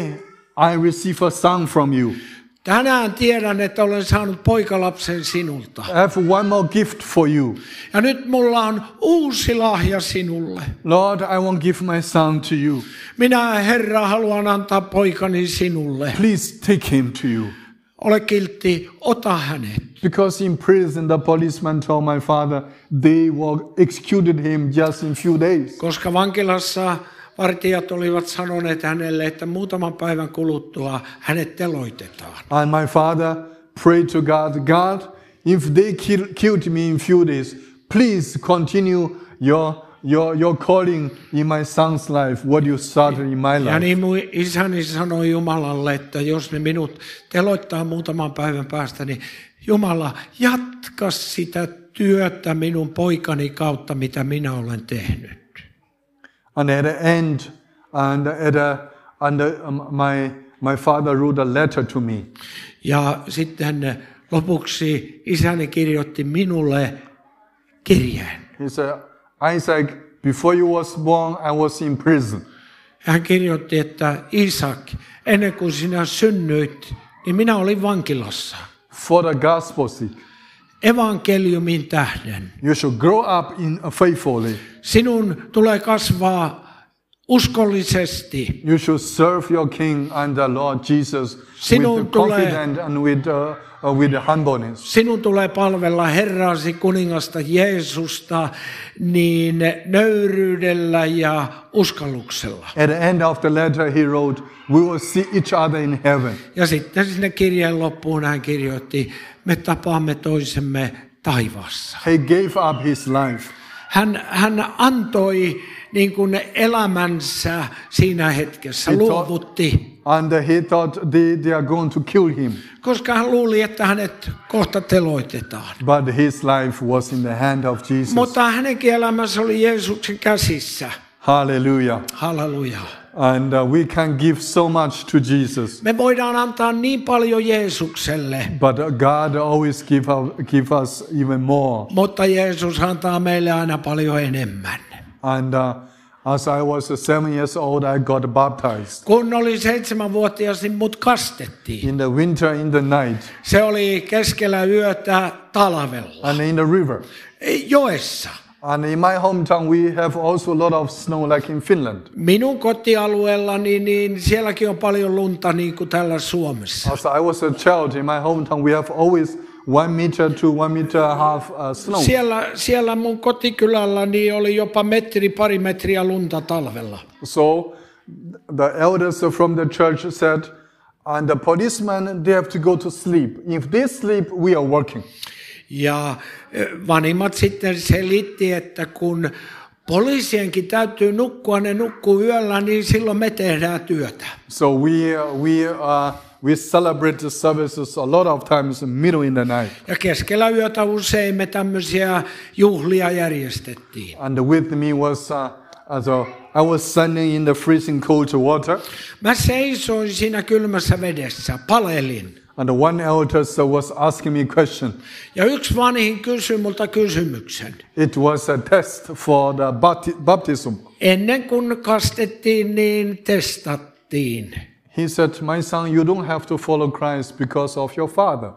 B: I receive a son from you.
A: Tänään tiedän, että olen saanut poikalapsen sinulta.
B: I have one more gift for you.
A: Ja nyt mulla on uusi lahja sinulle.
B: Lord, I won't give my son to you.
A: Minä, Herra, haluan antaa poikani sinulle.
B: Please take him to you.
A: ole kiltti, ota hänet.
B: Because in prison, the policeman told my father they will executed him just in few days.
A: Koska vankilassa vartijat olivat sanoneet hänelle, että muutaman päivän kuluttua hänet teloitetaan.
B: And my father prayed to God, God, if they kill, killed me in few days, please continue your, your, your calling in my son's life, what you started in my
A: Ja
B: life.
A: niin mun isäni sanoi Jumalalle, että jos ne minut teloittaa muutaman päivän päästä, niin Jumala, jatka sitä työtä minun poikani kautta, mitä minä olen tehnyt.
B: And at the end, and at a, and uh, my, my father wrote a letter to me.
A: Ja sitten lopuksi isäni kirjoitti minulle kirjeen.
B: He said, Isaac, before you was born, I was in prison.
A: Hän kirjoitti, että Isak, ennen kuin sinä synnyit, niin minä olin vankilassa.
B: For the gospel's sake,
A: Evankeliumin tähden.
B: you should grow up in faithfully.
A: Sinun tulee kasvaa uskollisesti.
B: You should serve your King and the Lord Jesus
A: Sinun
B: with
A: tulee-
B: confidence and with, uh, uh, with humbleness.
A: Sinun tulee palvella Herraasi kuningasta Jeesusta niin nöyryydellä ja uskalluksella.
B: At the end of the letter, he wrote, We will see each other in heaven.
A: Ja sitten sinne kirjeen loppuun hän kirjoitti, me tapaamme toisemme taivaassa.
B: He gave up his life.
A: Hän, hän antoi niin kuin elämänsä siinä hetkessä,
B: Ei to-
A: luovutti,
B: And he thought they, they are going to kill him.
A: koska hän luuli, että hänet kohta teloitetaan.
B: But his life was in the hand of Jesus.
A: Mutta hänenkin elämänsä oli Jeesuksen käsissä.
B: Hallelujah.
A: Halleluja.
B: And uh, we can give so much to Jesus.
A: Me voidaan antaa niin paljon Jeesukselle,
B: But uh, God always give, up, give us even more.
A: mutta Jeesus antaa meille aina paljon enemmän.
B: And uh, as I was seven years old, I got baptized.
A: Kun olin seitsemänvuotias, niin mut kastettiin.
B: in the winter, in the night,
A: Se oli keskellä yötä talvella,
B: and in the river.
A: joessa.
B: And in my hometown, we have also a lot of snow, like in Finland.
A: Minun kotialueellani, niin sielläkin on paljon lunta niin kuin täällä Suomessa.
B: As I was a child, in my hometown, we have always one meter to one meter and a half uh, snow.
A: Siellä, siellä mun kotikylällä niin oli jopa metri, pari metriä lunta talvella.
B: So the elders from the church said, and the policemen, they have to go to sleep. If they sleep, we are working.
A: Ja ö, vanhimmat sitten selitti, että kun poliisienkin täytyy nukkua, ne nukkuu yöllä, niin silloin me tehdään työtä.
B: So we, uh, we, uh, we celebrate the services a lot of times middle in the night.
A: Ja keskellä yötä usein me tämmöisiä juhlia järjestettiin.
B: And with me was, uh, also, I was standing in the freezing cold water,
A: Mä seisoin siinä kylmässä vedessä, palelin.
B: and one elder so, was asking me a question.
A: Ja yksi vanhin kysyi multa kysymyksen.
B: It was a test for the bapti- baptism.
A: Ennen kuin kastettiin, niin testattiin.
B: He said, My son, you don't have to follow Christ because of your father.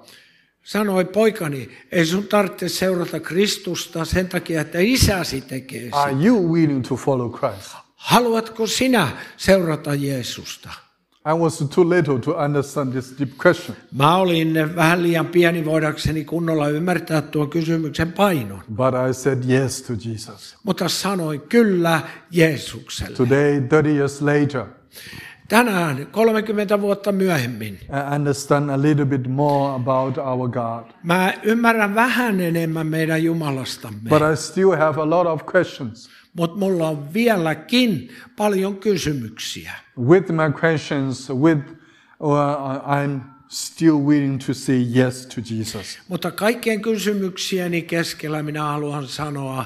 A: Sanoi poikani, ei sun tarvitse seurata Kristusta sen takia, että isäsi tekee sen.
B: Are you willing to follow Christ?
A: Haluatko sinä seurata Jeesusta?
B: I was too little to understand this deep question,
A: Mä olin vähän liian pieni voidakseni kunnolla ymmärtää tuon kysymyksen painon,
B: but I said yes to Jesus.
A: mutta sanoin kyllä Jeesukselle.
B: Today, 30 years later,
A: Tänään, 30 vuotta myöhemmin,
B: I understand a little bit more about our God,
A: mä ymmärrän vähän enemmän meidän Jumalastamme,
B: but I still have a lot of questions.
A: mutta mulla on vieläkin paljon kysymyksiä.
B: With my questions, with uh, I'm still willing to say yes to Jesus.
A: Mutta kaikkien kysymyksieni keskellä minä haluan sanoa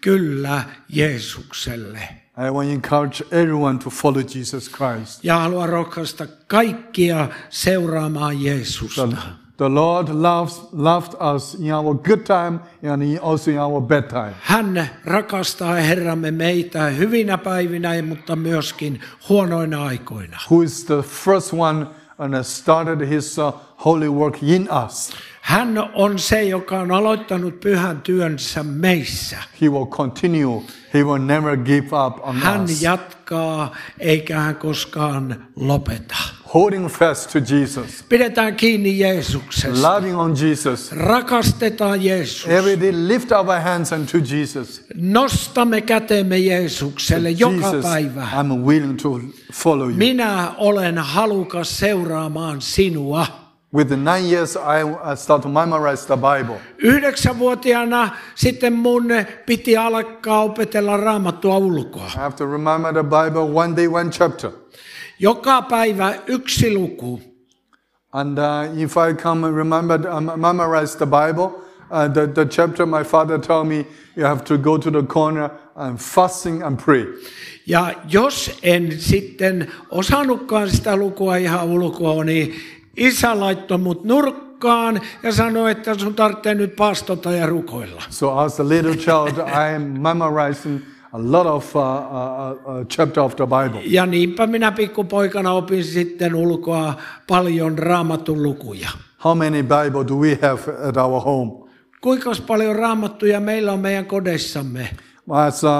A: kyllä Jeesukselle.
B: I want to encourage everyone to follow Jesus Christ.
A: Ja haluan rohkaista kaikkia seuraamaan
B: The,
A: Jeesusta.
B: the Lord loves loved us in our good time and in- also in our bad time.
A: Hän rakastaa Herramme meitä hyvinä päivinä, mutta myöskin huonoina aikoina.
B: who is the first one and started his uh, holy work in us.
A: Hän on se, joka on aloittanut pyhän työnsä meissä.
B: He will continue. He will never give up on
A: Hän
B: us.
A: jatkaa, eikä hän koskaan lopeta.
B: holding fast to Jesus,
A: Pidetään kiinni Jeesuksesta.
B: loving on Jesus.
A: Rakastetaan Jeesus.
B: Every day lift up our hands unto Jesus.
A: Nostamme kätemme Jeesukselle joka
B: Jesus,
A: päivä.
B: I'm willing to follow you.
A: Minä olen halukas seuraamaan sinua.
B: With the nine years, I I start to memorize the Bible.
A: Yhdeksänvuotiaana sitten mun piti alkaa opetella raamattua ulkoa.
B: I have to remember the Bible one day, one chapter.
A: Joka päivä yksi luku.
B: And uh, if I come and remember, um, memorize the Bible, uh, the, the chapter my father told me, you have to go to the corner and fasting and pray.
A: Ja jos en sitten osannutkaan sitä lukua ihan ulkoa, niin isä laittoi mut nurkkaan ja sanoi, että sun tarvitsee nyt paastota ja rukoilla.
B: So as a little child, I am memorizing a lot of uh, uh, uh, chapter of the Bible.
A: Ja niinpä minä pikkupoikana opin sitten ulkoa paljon raamatun lukuja.
B: How many Bible do we have at our home?
A: Kuinka paljon raamattuja meillä on meidän kodessamme?
B: As, uh,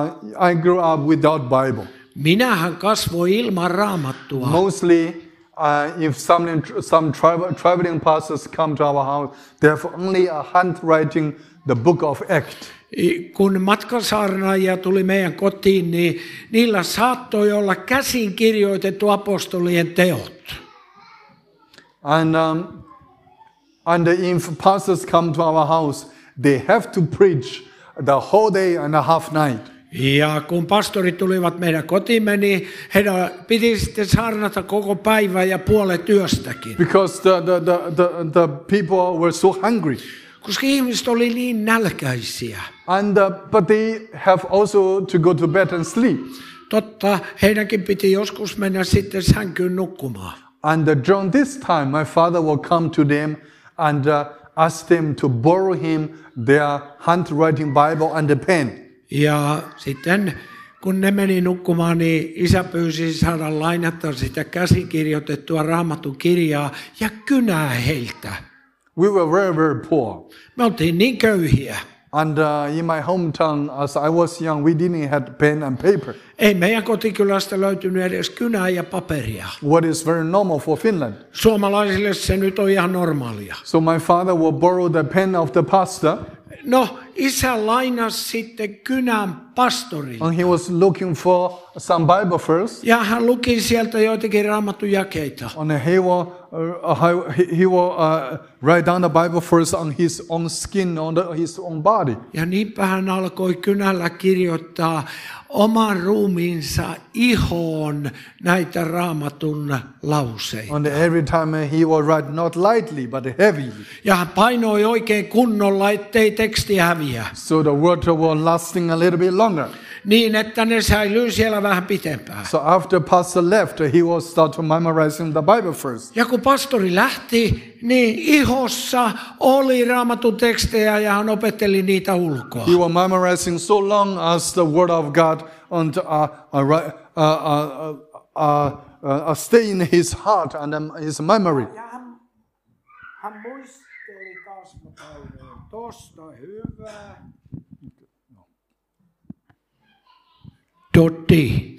B: I grew up without Bible.
A: Minähän kasvoin ilman raamattua.
B: Mostly, uh, if some, some travel, traveling pastors come to our house, they have only a handwriting, the book of Acts.
A: I- Kun matkansaarnaajia tuli meidän kotiin, niin niillä saattoi olla käsin kirjoitettu apostolien teot.
B: And, um, and if pastors come to our house, they have to preach the whole day and a half night.
A: Ja kun pastorit tulivat meidän kotimme, niin heidän piti sitten saarnata koko päivä ja puolet yöstäkin.
B: Because the, the, the, the, the people were so hungry.
A: Koska ihmiset oli niin nälkäisiä.
B: And, uh, but they have also to go to bed and sleep.
A: Totta, heidänkin piti joskus mennä sitten sänkyyn nukkumaan.
B: And uh, during this time, my father will come to them and uh, ask them to borrow him their handwriting Bible and a pen.
A: Ja sitten kun ne meni nukkumaan, niin isä pyysi saada lainata sitä käsikirjoitettua raamatun kirjaa ja kynää heiltä.
B: We were very, very poor.
A: Me oltiin niin köyhiä.
B: And uh, in my hometown, as I was young, we didn't have pen and paper.
A: Ei meidän kotikylästä löytynyt edes kynää ja paperia.
B: what is very normal for Finland.
A: Suomalaisille se nyt on ihan normaalia.
B: So my father will borrow the pen of the pastor,
A: No, isä lainasi sitten kynän pastorille.
B: and he was looking for some Bible verse,
A: Ja hän luki sieltä joitakin raamatun jakeita.
B: and he will uh, uh, he he will uh, write down the Bible verse on his own skin, on the, his own body.
A: Ja niinpä hän alkoi kynällä kirjoittaa oman ruumiinsa ihoon näitä raamatun lauseita.
B: And every time he will write not lightly but heavily,
A: Ja hän painoi oikein kunnolla, ettei teksti häviä,
B: so the water will lasting a little bit longer.
A: niin että ne säilyy siellä vähän pitempään.
B: So after pastor left, he will start to memorizing the Bible verse.
A: Ja kun pastori lähti, niin ihossa oli raamatun tekstejä ja hän opetteli niitä ulkoa.
B: He was memorizing so long as the word of God and uh, uh, ri- uh, uh, uh, uh, uh, stay in his heart and um, his memory.
A: hän, hän muisteli kasvopäivää. Tosta hyvää. Totti.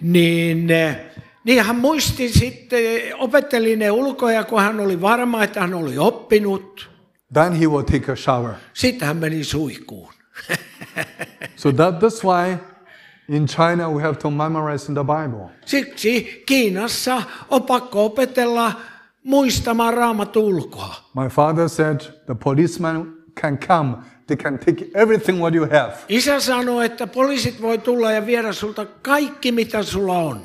A: Niin, eh, niin hän muisti sitten, opetteli ne ulkoja, kun hän oli varma, että hän oli oppinut.
B: Then he will take a shower.
A: Sitten hän meni suihkuun.
B: So that, that's why in China we have to memorize the Bible.
A: Siksi Kiinassa on pakko opetella muistamaan raamattu ulkoa.
B: My father said the policeman can come, they can take everything what you have.
A: Isä sanoi, että poliisit voi tulla ja viedä sulta kaikki, mitä sulla on.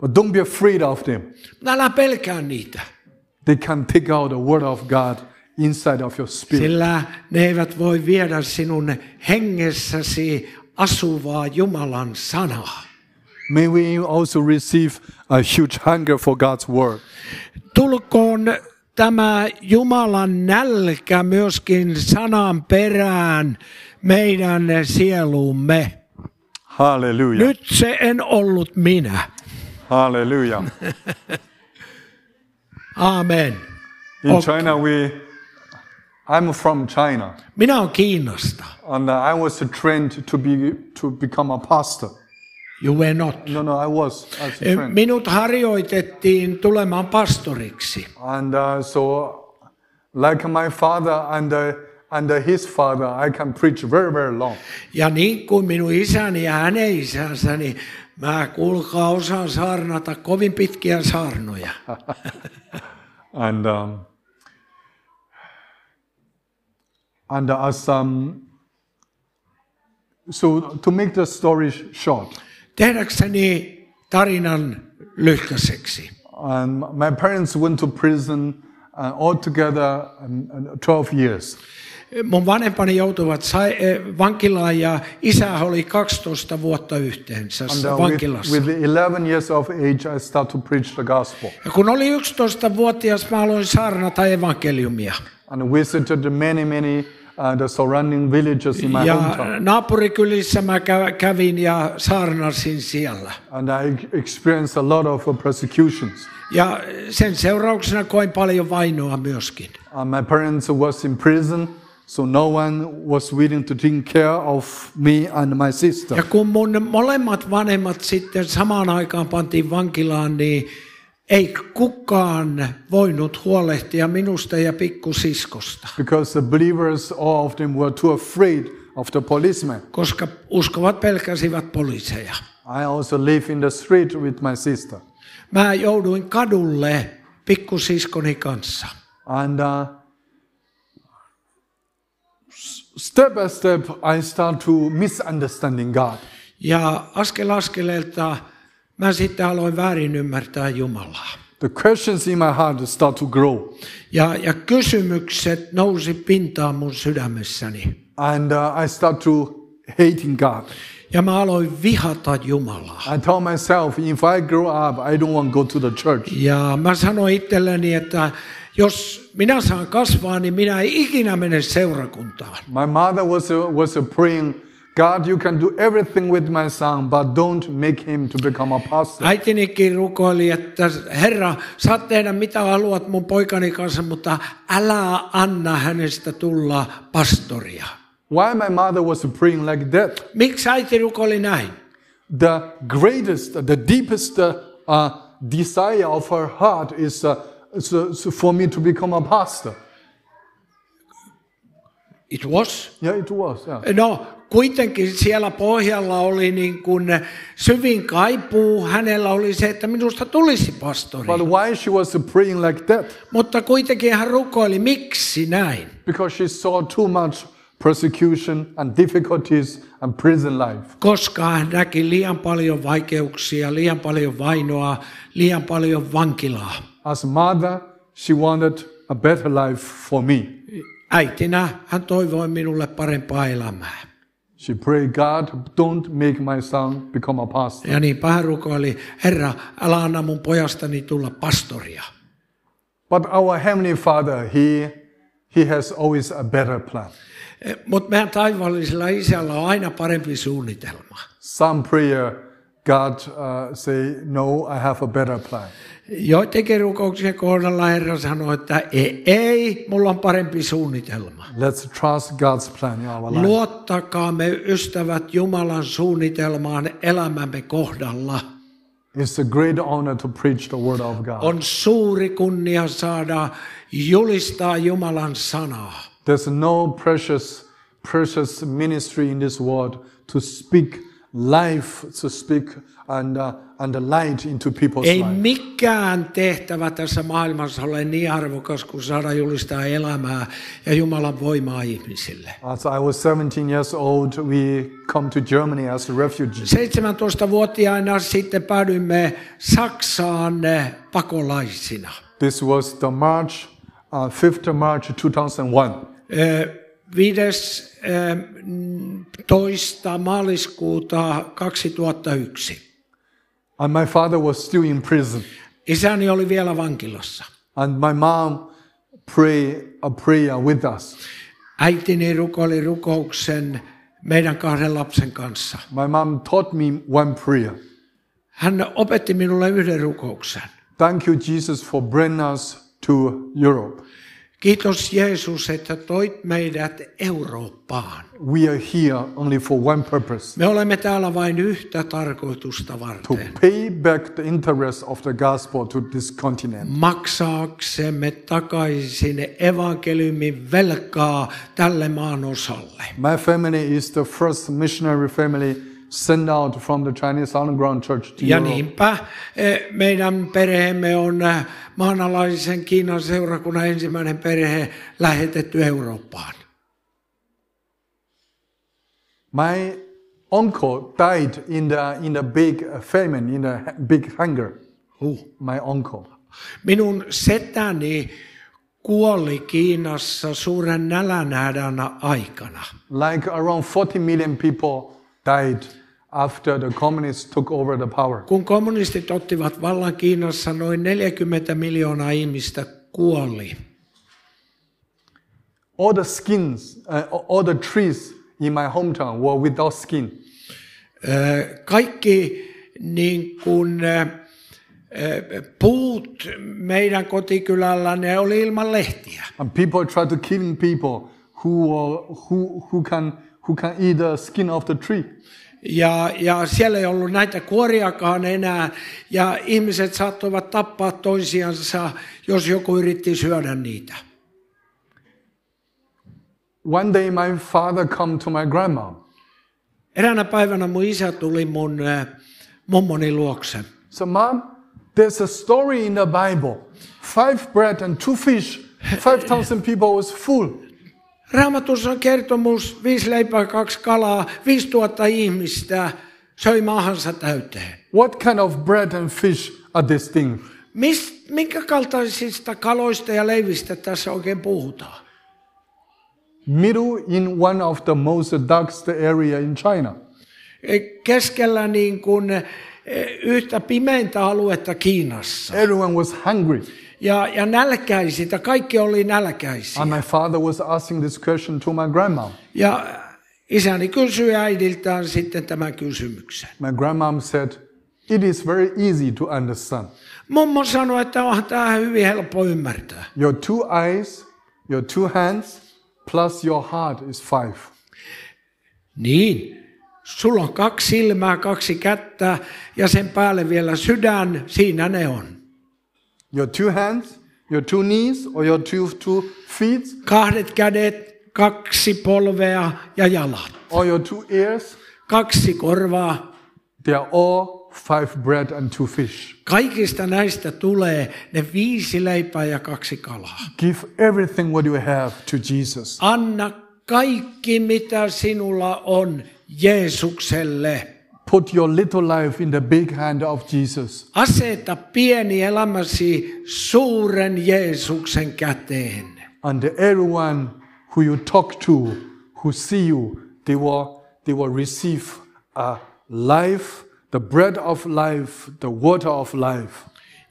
B: But don't be afraid of them.
A: Mutta Älä pelkää niitä,
B: They can take out the word of God inside of your spirit.
A: sillä ne eivät voi viedä sinun hengessäsi asuvaa Jumalan sanaa.
B: May we also receive a huge hunger for God's word.
A: Tulkoon tämä Jumalan nälkä myöskin sanan perään meidän sieluumme.
B: Hallelujah.
A: Nyt se en ollut minä.
B: Hallelujah.
A: Amen.
B: In
A: Okay.
B: China, we, I'm from China,
A: Minä olen Kiinasta.
B: and I was trained to be to become a pastor.
A: You were not.
B: No, no, I was as
A: Eh,
B: a friend.
A: Minut harjoitettiin tulemaan pastoriksi.
B: And uh, so, like my father and, uh, and his father, I can preach very, very long.
A: Ja niin kuin minun isäni ja hänen isänsä, niin mä kuulkaa osaan saarnata kovin pitkiä saarnoja.
B: And, um, and as, um, so to make the story sh- short,
A: Tehdäkseni tarinan lyhkäiseksi.
B: um, my parents went to prison uh, altogether um, uh, 12 years.
A: Mun vanhempani joutuivat sai, eh, vankilaan ja isä oli 12 vuotta yhteensä
B: And, uh, with,
A: vankilassa.
B: with 11 years of age, I start to preach the gospel.
A: Ja kun oli 11-vuotias, mä aloin saarnata evankeliumia.
B: And visited many, many uh, the surrounding villages in my
A: Ja
B: hometown.
A: naapurikylissä mä kä- kävin ja saarnasin siellä.
B: And I ex- experienced a lot of uh, persecutions.
A: Ja sen seurauksena koin paljon vainoa myöskin.
B: Uh, my parents was in prison, so no one was willing to take care of me and my sister.
A: Ja kun mun molemmat vanhemmat sitten samaan aikaan pantiin vankilaan, niin ei kukaan voinut huolehtia minusta ja pikkusiskosta,
B: Because the believers, all of them were too afraid of the policemen.
A: koska uskovat pelkäsivät poliiseja.
B: I also live in the street with my sister.
A: Mä jouduin kadulle pikkusiskoni kanssa.
B: And uh, s- step by step, I start to misunderstanding God.
A: Ja askel askeleelta mä sitten aloin väärin ymmärtää Jumalaa.
B: The questions in my heart start to grow.
A: Ja, ja kysymykset nousi pintaan mun sydämessäni.
B: And uh, I start to hating God.
A: Ja mä aloin vihata Jumalaa.
B: I tell myself, if I grow up, I don't want to go to the church.
A: Ja mä sanoin itselleni, että jos minä saan kasvaa, niin minä ei ikinä mene seurakuntaan.
B: My mother was, uh, was uh, praying, God, you can do everything with my son, but don't make him to become a pastor.
A: Äitinikin rukoili, että Herra, saat tehdä mitä haluat mun poikani kanssa, mutta älä anna hänestä tulla pastoria.
B: Why my mother was praying like that?
A: Miksi äiti rukoili näin?
B: the greatest, the deepest uh, uh, desire of her heart is, uh, is, uh, is for me to become a pastor.
A: It was
B: Yeah, it was. Yeah.
A: No, kuitenkin siellä pohjalla oli niin kuin syvin kaipuu. Hänellä oli se, että minusta tulisi pastori.
B: But why she was praying like that?
A: Mutta kuitenkin hän rukoili, miksi näin?
B: Because she saw too much persecution and difficulties and prison life.
A: Koska hän näki liian paljon vaikeuksia, liian paljon vainoa, liian paljon vankilaa.
B: As mother, she wanted a better life for me.
A: Äitinä hän toivoi minulle parempaa elämää.
B: She prayed, God, don't make my son become a pastor.
A: Ja niinpä hän rukoili, Herra, älä anna mun pojastani tulla pastoria.
B: But our heavenly Father, he, he has always a better plan.
A: Mutta meidän E, taivaallisella isällä on aina parempi suunnitelma.
B: some prayer, God uh, say, no, I have a better plan.
A: Joidenkin rukouksien kohdalla Herra sanoi, että ei, ei mulla on parempi suunnitelma.
B: Let's trust God's plan in our life.
A: Luottakaamme ystävät Jumalan suunnitelmaan elämämme kohdalla.
B: It's a great honor to preach the word of God.
A: On suuri kunnia saada julistaa Jumalan sanaa.
B: There's no precious, precious ministry in this world to speak life, to speak and, uh, and light into people's
A: Ei
B: life.
A: mikään tehtävä tässä maailmassa ole niin arvokas kuin saada julistaa elämää ja Jumalan voimaa ihmisille.
B: As I was 17 years old, we come to Germany as refugees.
A: 17-vuotiaana sitten päädyimme Saksaan eh, pakolaisina.
B: This was the March, uh, 5th March 2001.
A: Eh, Viides eh, toista maaliskuuta 2001.
B: And my father was still in prison.
A: Isäni oli vielä vankilassa.
B: And my mom pray a prayer with us.
A: Äitini rukoili rukouksen meidän kahden lapsen kanssa.
B: My mom taught me one prayer.
A: Hän opetti minulle yhden rukouksen.
B: Thank you, Jesus, for bringing us to Europe.
A: Kiitos Jeesus, että toit meidät Eurooppaan.
B: We are here only for one purpose
A: Me olemme täällä vain yhtä tarkoitusta
B: to
A: varten.
B: pay back the interest of the gospel to this continent.
A: Maksaaksemme takaisin evankeliumin velkaa tälle maan osalle.
B: My family is the first missionary family sent out from the Chinese Underground Church to
A: Ja
B: Europe.
A: niinpä eh, meidän perheemme on eh, maanalaisen Kiinan seurakunnan ensimmäinen perhe lähetetty Eurooppaan.
B: My uncle died in the in the big famine, in the hu- big hunger.
A: Huh.
B: My uncle.
A: Minun setäni kuoli Kiinassa suuren nälänhädän aikana.
B: Like around 40 million people died after the communists took over the power.
A: Kun kommunistit ottivat vallan Kiinassa, noin 40 miljoonaa ihmistä kuoli.
B: All the skins, uh, all the trees in my hometown were without skin.
A: Ö, Kaikki niin kuin, ö, ö, puut meidän kotikylällä, ne oli ilman lehtiä.
B: And people tried to kill people who were, who who can who can eat the skin of the tree.
A: Ja, ja siellä ei ollut näitä kuoriakaan enää, ja ihmiset saattoivat tappaa toisiansa, jos joku yritti syödä niitä.
B: One day my father come to my grandma.
A: Eräänä päivänä mun isä tuli mun ö, mummoni luokse.
B: So, mom, there's a story in the Bible. Five bread and two fish. 5,000 people was full.
A: Raamatussa on kertomus, viisi leipää, kaksi kalaa, viisi tuhatta ihmistä söi maahansa täyteen.
B: What kind of bread and fish are these things?
A: Mis, minkä kaltaisista kaloista ja leivistä tässä oikein puhutaan?
B: Middle in one of the most darkest area in China.
A: E, Keskellä niin kuin e, yhtä pimeintä aluetta Kiinassa.
B: Everyone was hungry.
A: Ja, ja nälkäisintä, kaikki oli nälkäisiä.
B: And my father was asking this question to my grandma.
A: Ja isäni kysyi äidiltään sitten tämän kysymyksen.
B: My grandmom said, It is very easy to understand.
A: Mummo sanoi, että onhan tämä hyvin helppo ymmärtää.
B: Your two eyes, your two hands, plus your heart is five.
A: Niin. Sulla on kaksi silmää, kaksi kättä ja sen päälle vielä sydän, siinä ne on.
B: your two hands, your two knees, or your two, two feet,
A: Kahdet kädet, kaksi polvea ja jalat.
B: or your two ears,
A: Kaksi korvaa.
B: they are all five bread and two fish.
A: Kaikista näistä tulee ne viisi leipää ja kaksi kalaa.
B: Give everything what you have to Jesus.
A: Anna kaikki, mitä sinulla on, Jeesukselle.
B: Put your little life in the big hand of Jesus.
A: Aseta pieni elämäsi suuren Jeesuksen käteen.
B: And everyone who you talk to, who see you, they will, they will receive a life, the bread of life, the water of life.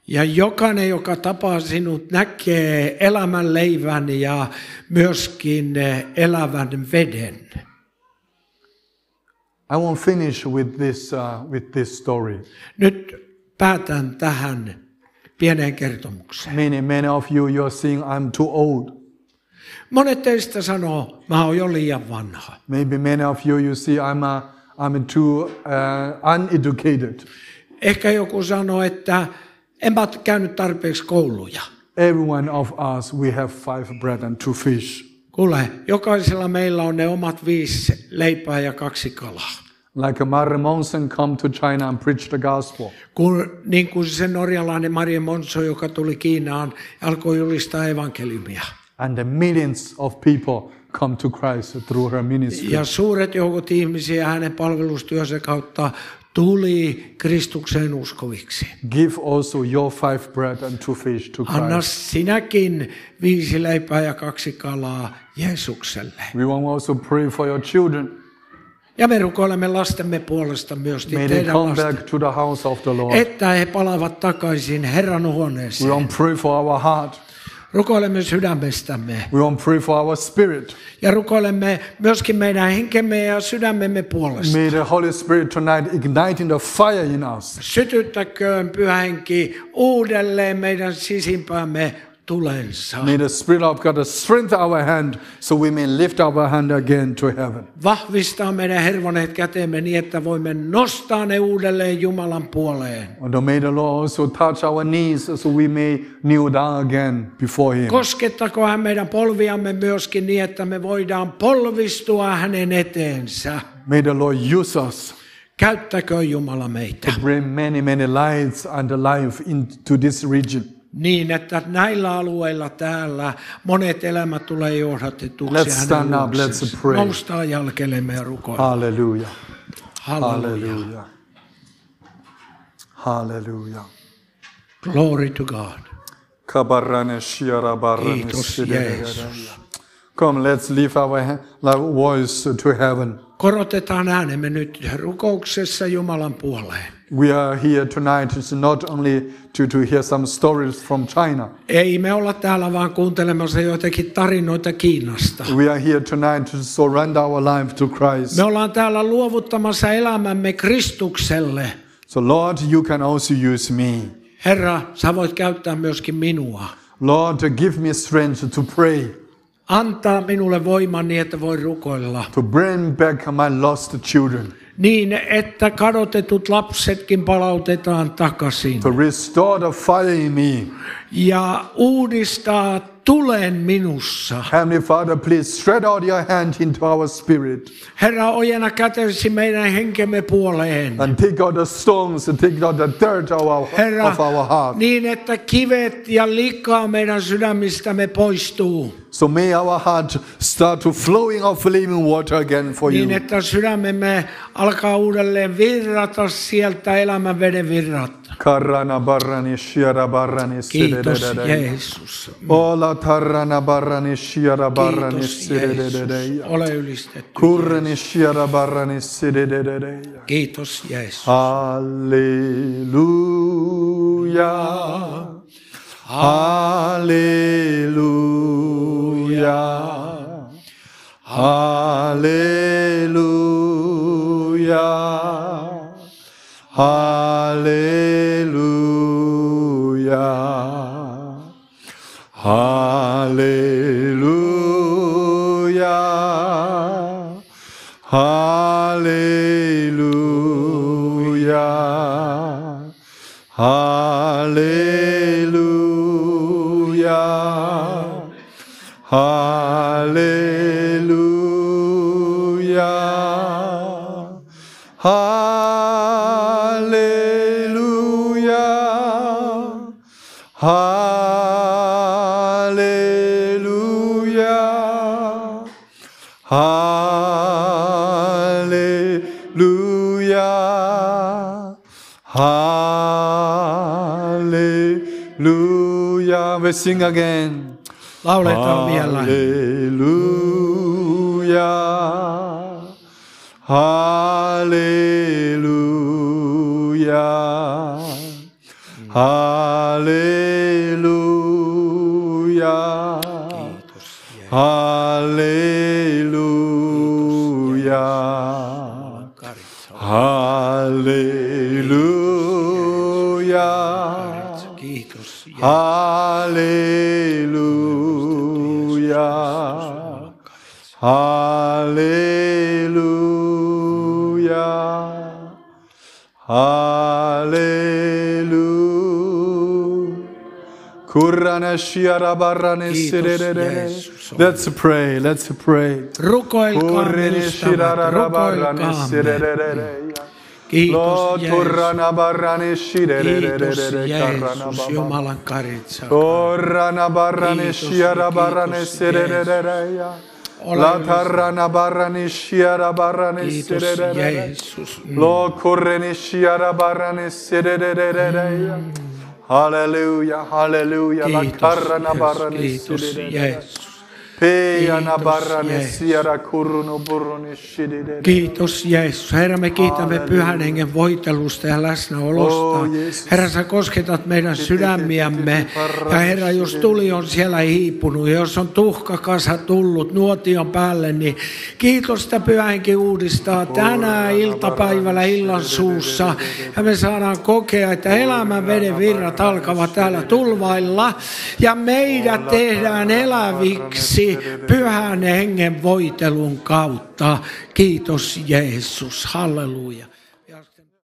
A: Ja jokainen, joka tapaa sinut, näkee elämän leivän ja myöskin eh, elävän veden.
B: I won't finish with this, uh, with this story.
A: Nyt päätän tähän pieneen kertomukseen.
B: Many, many of you, you're saying, I'm too old.
A: Monet teistä sanoo, mä oon jo liian vanha.
B: Maybe many of you, you see, I'm, uh, I'm too uh, uneducated.
A: Ehkä joku sanoo, että en mä oot käynyt tarpeeksi kouluja.
B: Every one of us, we have five bread and two fish.
A: Kuule, jokaisella meillä on ne omat viisi leipää ja kaksi kalaa.
B: Like Mare Monson come to China and preach the gospel.
A: Kun, niin kuin se norjalainen Marie Monso, joka tuli Kiinaan, alkoi julistaa evankeliumia.
B: And the millions of people come to Christ through her ministry.
A: Ja suuret joukot ihmisiä hänen palvelustyönsä kautta tuli Kristukseen uskoviksi.
B: Give also your five bread and two fish to Christ.
A: Anna sinäkin viisi leipää ja kaksi kalaa Jeesukselle.
B: We want to also pray for your children.
A: Ja me rukoilemme lastemme puolesta myös
B: May they
A: teidän
B: come
A: lasten,
B: back to the house of the Lord.
A: että he palaavat takaisin Herran
B: We
A: huoneeseen.
B: want to pray for our heart.
A: Rukoilemme sydämestämme
B: We want to pray for our spirit.
A: ja rukoilemme myöskin meidän henkemme ja sydämemme puolesta.
B: May the Holy Spirit tonight igniting the fire in us.
A: Sytyttäköön pyhänki uudelleen meidän sisimpäämme tulensa.
B: May the Spirit of God strengthen our hand so we may lift our hand again to heaven.
A: Vahvistaa meidän hervoneet käteemme niin, että voimme nostaa ne uudelleen Jumalan puoleen.
B: And may the Lord also touch our knees so we may kneel down again before Him.
A: Koskettakoon hän meidän polviamme myöskin niin, että me voidaan polvistua hänen eteensä.
B: May the Lord use us
A: Käyttäköön Jumala meitä
B: to bring many, many lights and life into this region.
A: niin, että näillä alueilla täällä monet elämät tulee johdatetuksi
B: Let's stand
A: hänen
B: up,
A: luokseensa.
B: let's pray.
A: Noustaa jalkelemme ja rukoilla.
B: Hallelujah.
A: Hallelujah.
B: Hallelujah. Hallelujah.
A: Glory to God.
B: Kabarane shiara barane
A: Kiitos,
B: shirere.
A: Jeesus.
B: Come, let's lift our hand, our voice to heaven.
A: Korotetaan äänemme nyt rukouksessa Jumalan puoleen.
B: We are here tonight It's not only to, to hear some stories from China.
A: Ei me olla täällä vaan kuuntelemassa joitakin tarinoita Kiinasta.
B: We are here tonight to surrender our life to Christ.
A: Me ollaan täällä luovuttamassa elämämme Kristukselle.
B: So, Lord, you can also use me.
A: Herra, sä voit käyttää myöskin minua.
B: Lord, give me strength to pray,
A: Antaa minulle voiman niin, että voi rukoilla.
B: to bring back my lost children,
A: Niin, että kadotetut lapsetkin palautetaan takaisin.
B: to restore the fire in me.
A: Ja uudistaa tulen minussa.
B: Heavenly Father, please stretch out your hand into our spirit
A: Herra, ojena kätesi meidän henkemme puoleen.
B: and take out the stones and take out the dirt of our,
A: Herra,
B: of our heart.
A: niin että kivet ja likaa meidän sydämistämme poistuu.
B: So may our heart start to flowing of living water again for
A: Niin,
B: you.
A: että sydämemme alkaa uudelleen virrata sieltä elämän veden virrat.
B: Karana barani shiara barani
A: Kiitos
B: sidedededei.
A: Jeesus.
B: Ola tarana barani shiara barani
A: Kiitos
B: sidedededei.
A: Jeesus. Ole ylistetty.
B: Kurrani shiara barani sidedededei.
A: Kiitos Jeesus.
B: Hallelujah. Hallelujah. Hallelujah. Hallelujah. Hallelujah. Hallelujah. Hallelujah. Hallelujah. Hallelujah. Hallelujah. Hallelujah. Hallelujah. We sing again.
A: Lauletaan vielä.
B: Hallelujah. Hallelujah. Hallelujah. Hallelujah. Hallelujah.
A: Kiitos Jeesus.
B: Hallelujah. Hallelujah. Hallelujah. Kurana shiara barane
A: Kiitos,
B: sirerere.
A: Jeesus.
B: Let's pray, let's pray.
A: Rukoilkaamme,
B: Kurene
A: ystävät,
B: shirara barane
A: rukoilkaamme.
B: sirerere. Lord,
A: Kiitos Jeesus.
B: turana barane shirerere.
A: Kiitos
B: karana
A: Jeesus,
B: baba.
A: Jumalan karitsa.
B: Orana barane
A: Kiitos,
B: shiara barane
A: kiitos,
B: serererereya.
A: Ole
B: La
A: ylös.
B: tarana barane shiara barane
A: Kiitos
B: sererere.
A: Jeesus.
B: Lo korene shiara barane serererereya. Hallelujah, hallelujah. La
A: Kiitos
B: karana barane
A: Jeesus. Kiitos
B: sererere.
A: Jeesus.
B: Peyana barane
A: Jeesus.
B: siara kurunu buruni shididere.
A: Kiitos Jeesus. Herra, me kiitämme Pyhän Hengen voitelusta ja
B: Oh,
A: läsnäolosta.
B: Jeesus.
A: Herra, sä kosketat meidän sydämiämme. Ja Herra, jos tuli on siellä hiipunut, ja jos on tuhkakasa tullut nuotion päälle, niin kiitos, että Pyhä Henki
B: Oh,
A: uudistaa tänään iltapäivällä illan suussa. Ja me saadaan kokea, että
B: Oh,
A: elämän veden virrat alkavat täällä tulvailla. Ja meidät tehdään eläviksi Pyhän Hengen voitelun kautta. Kiitos Jeesus. Halleluja.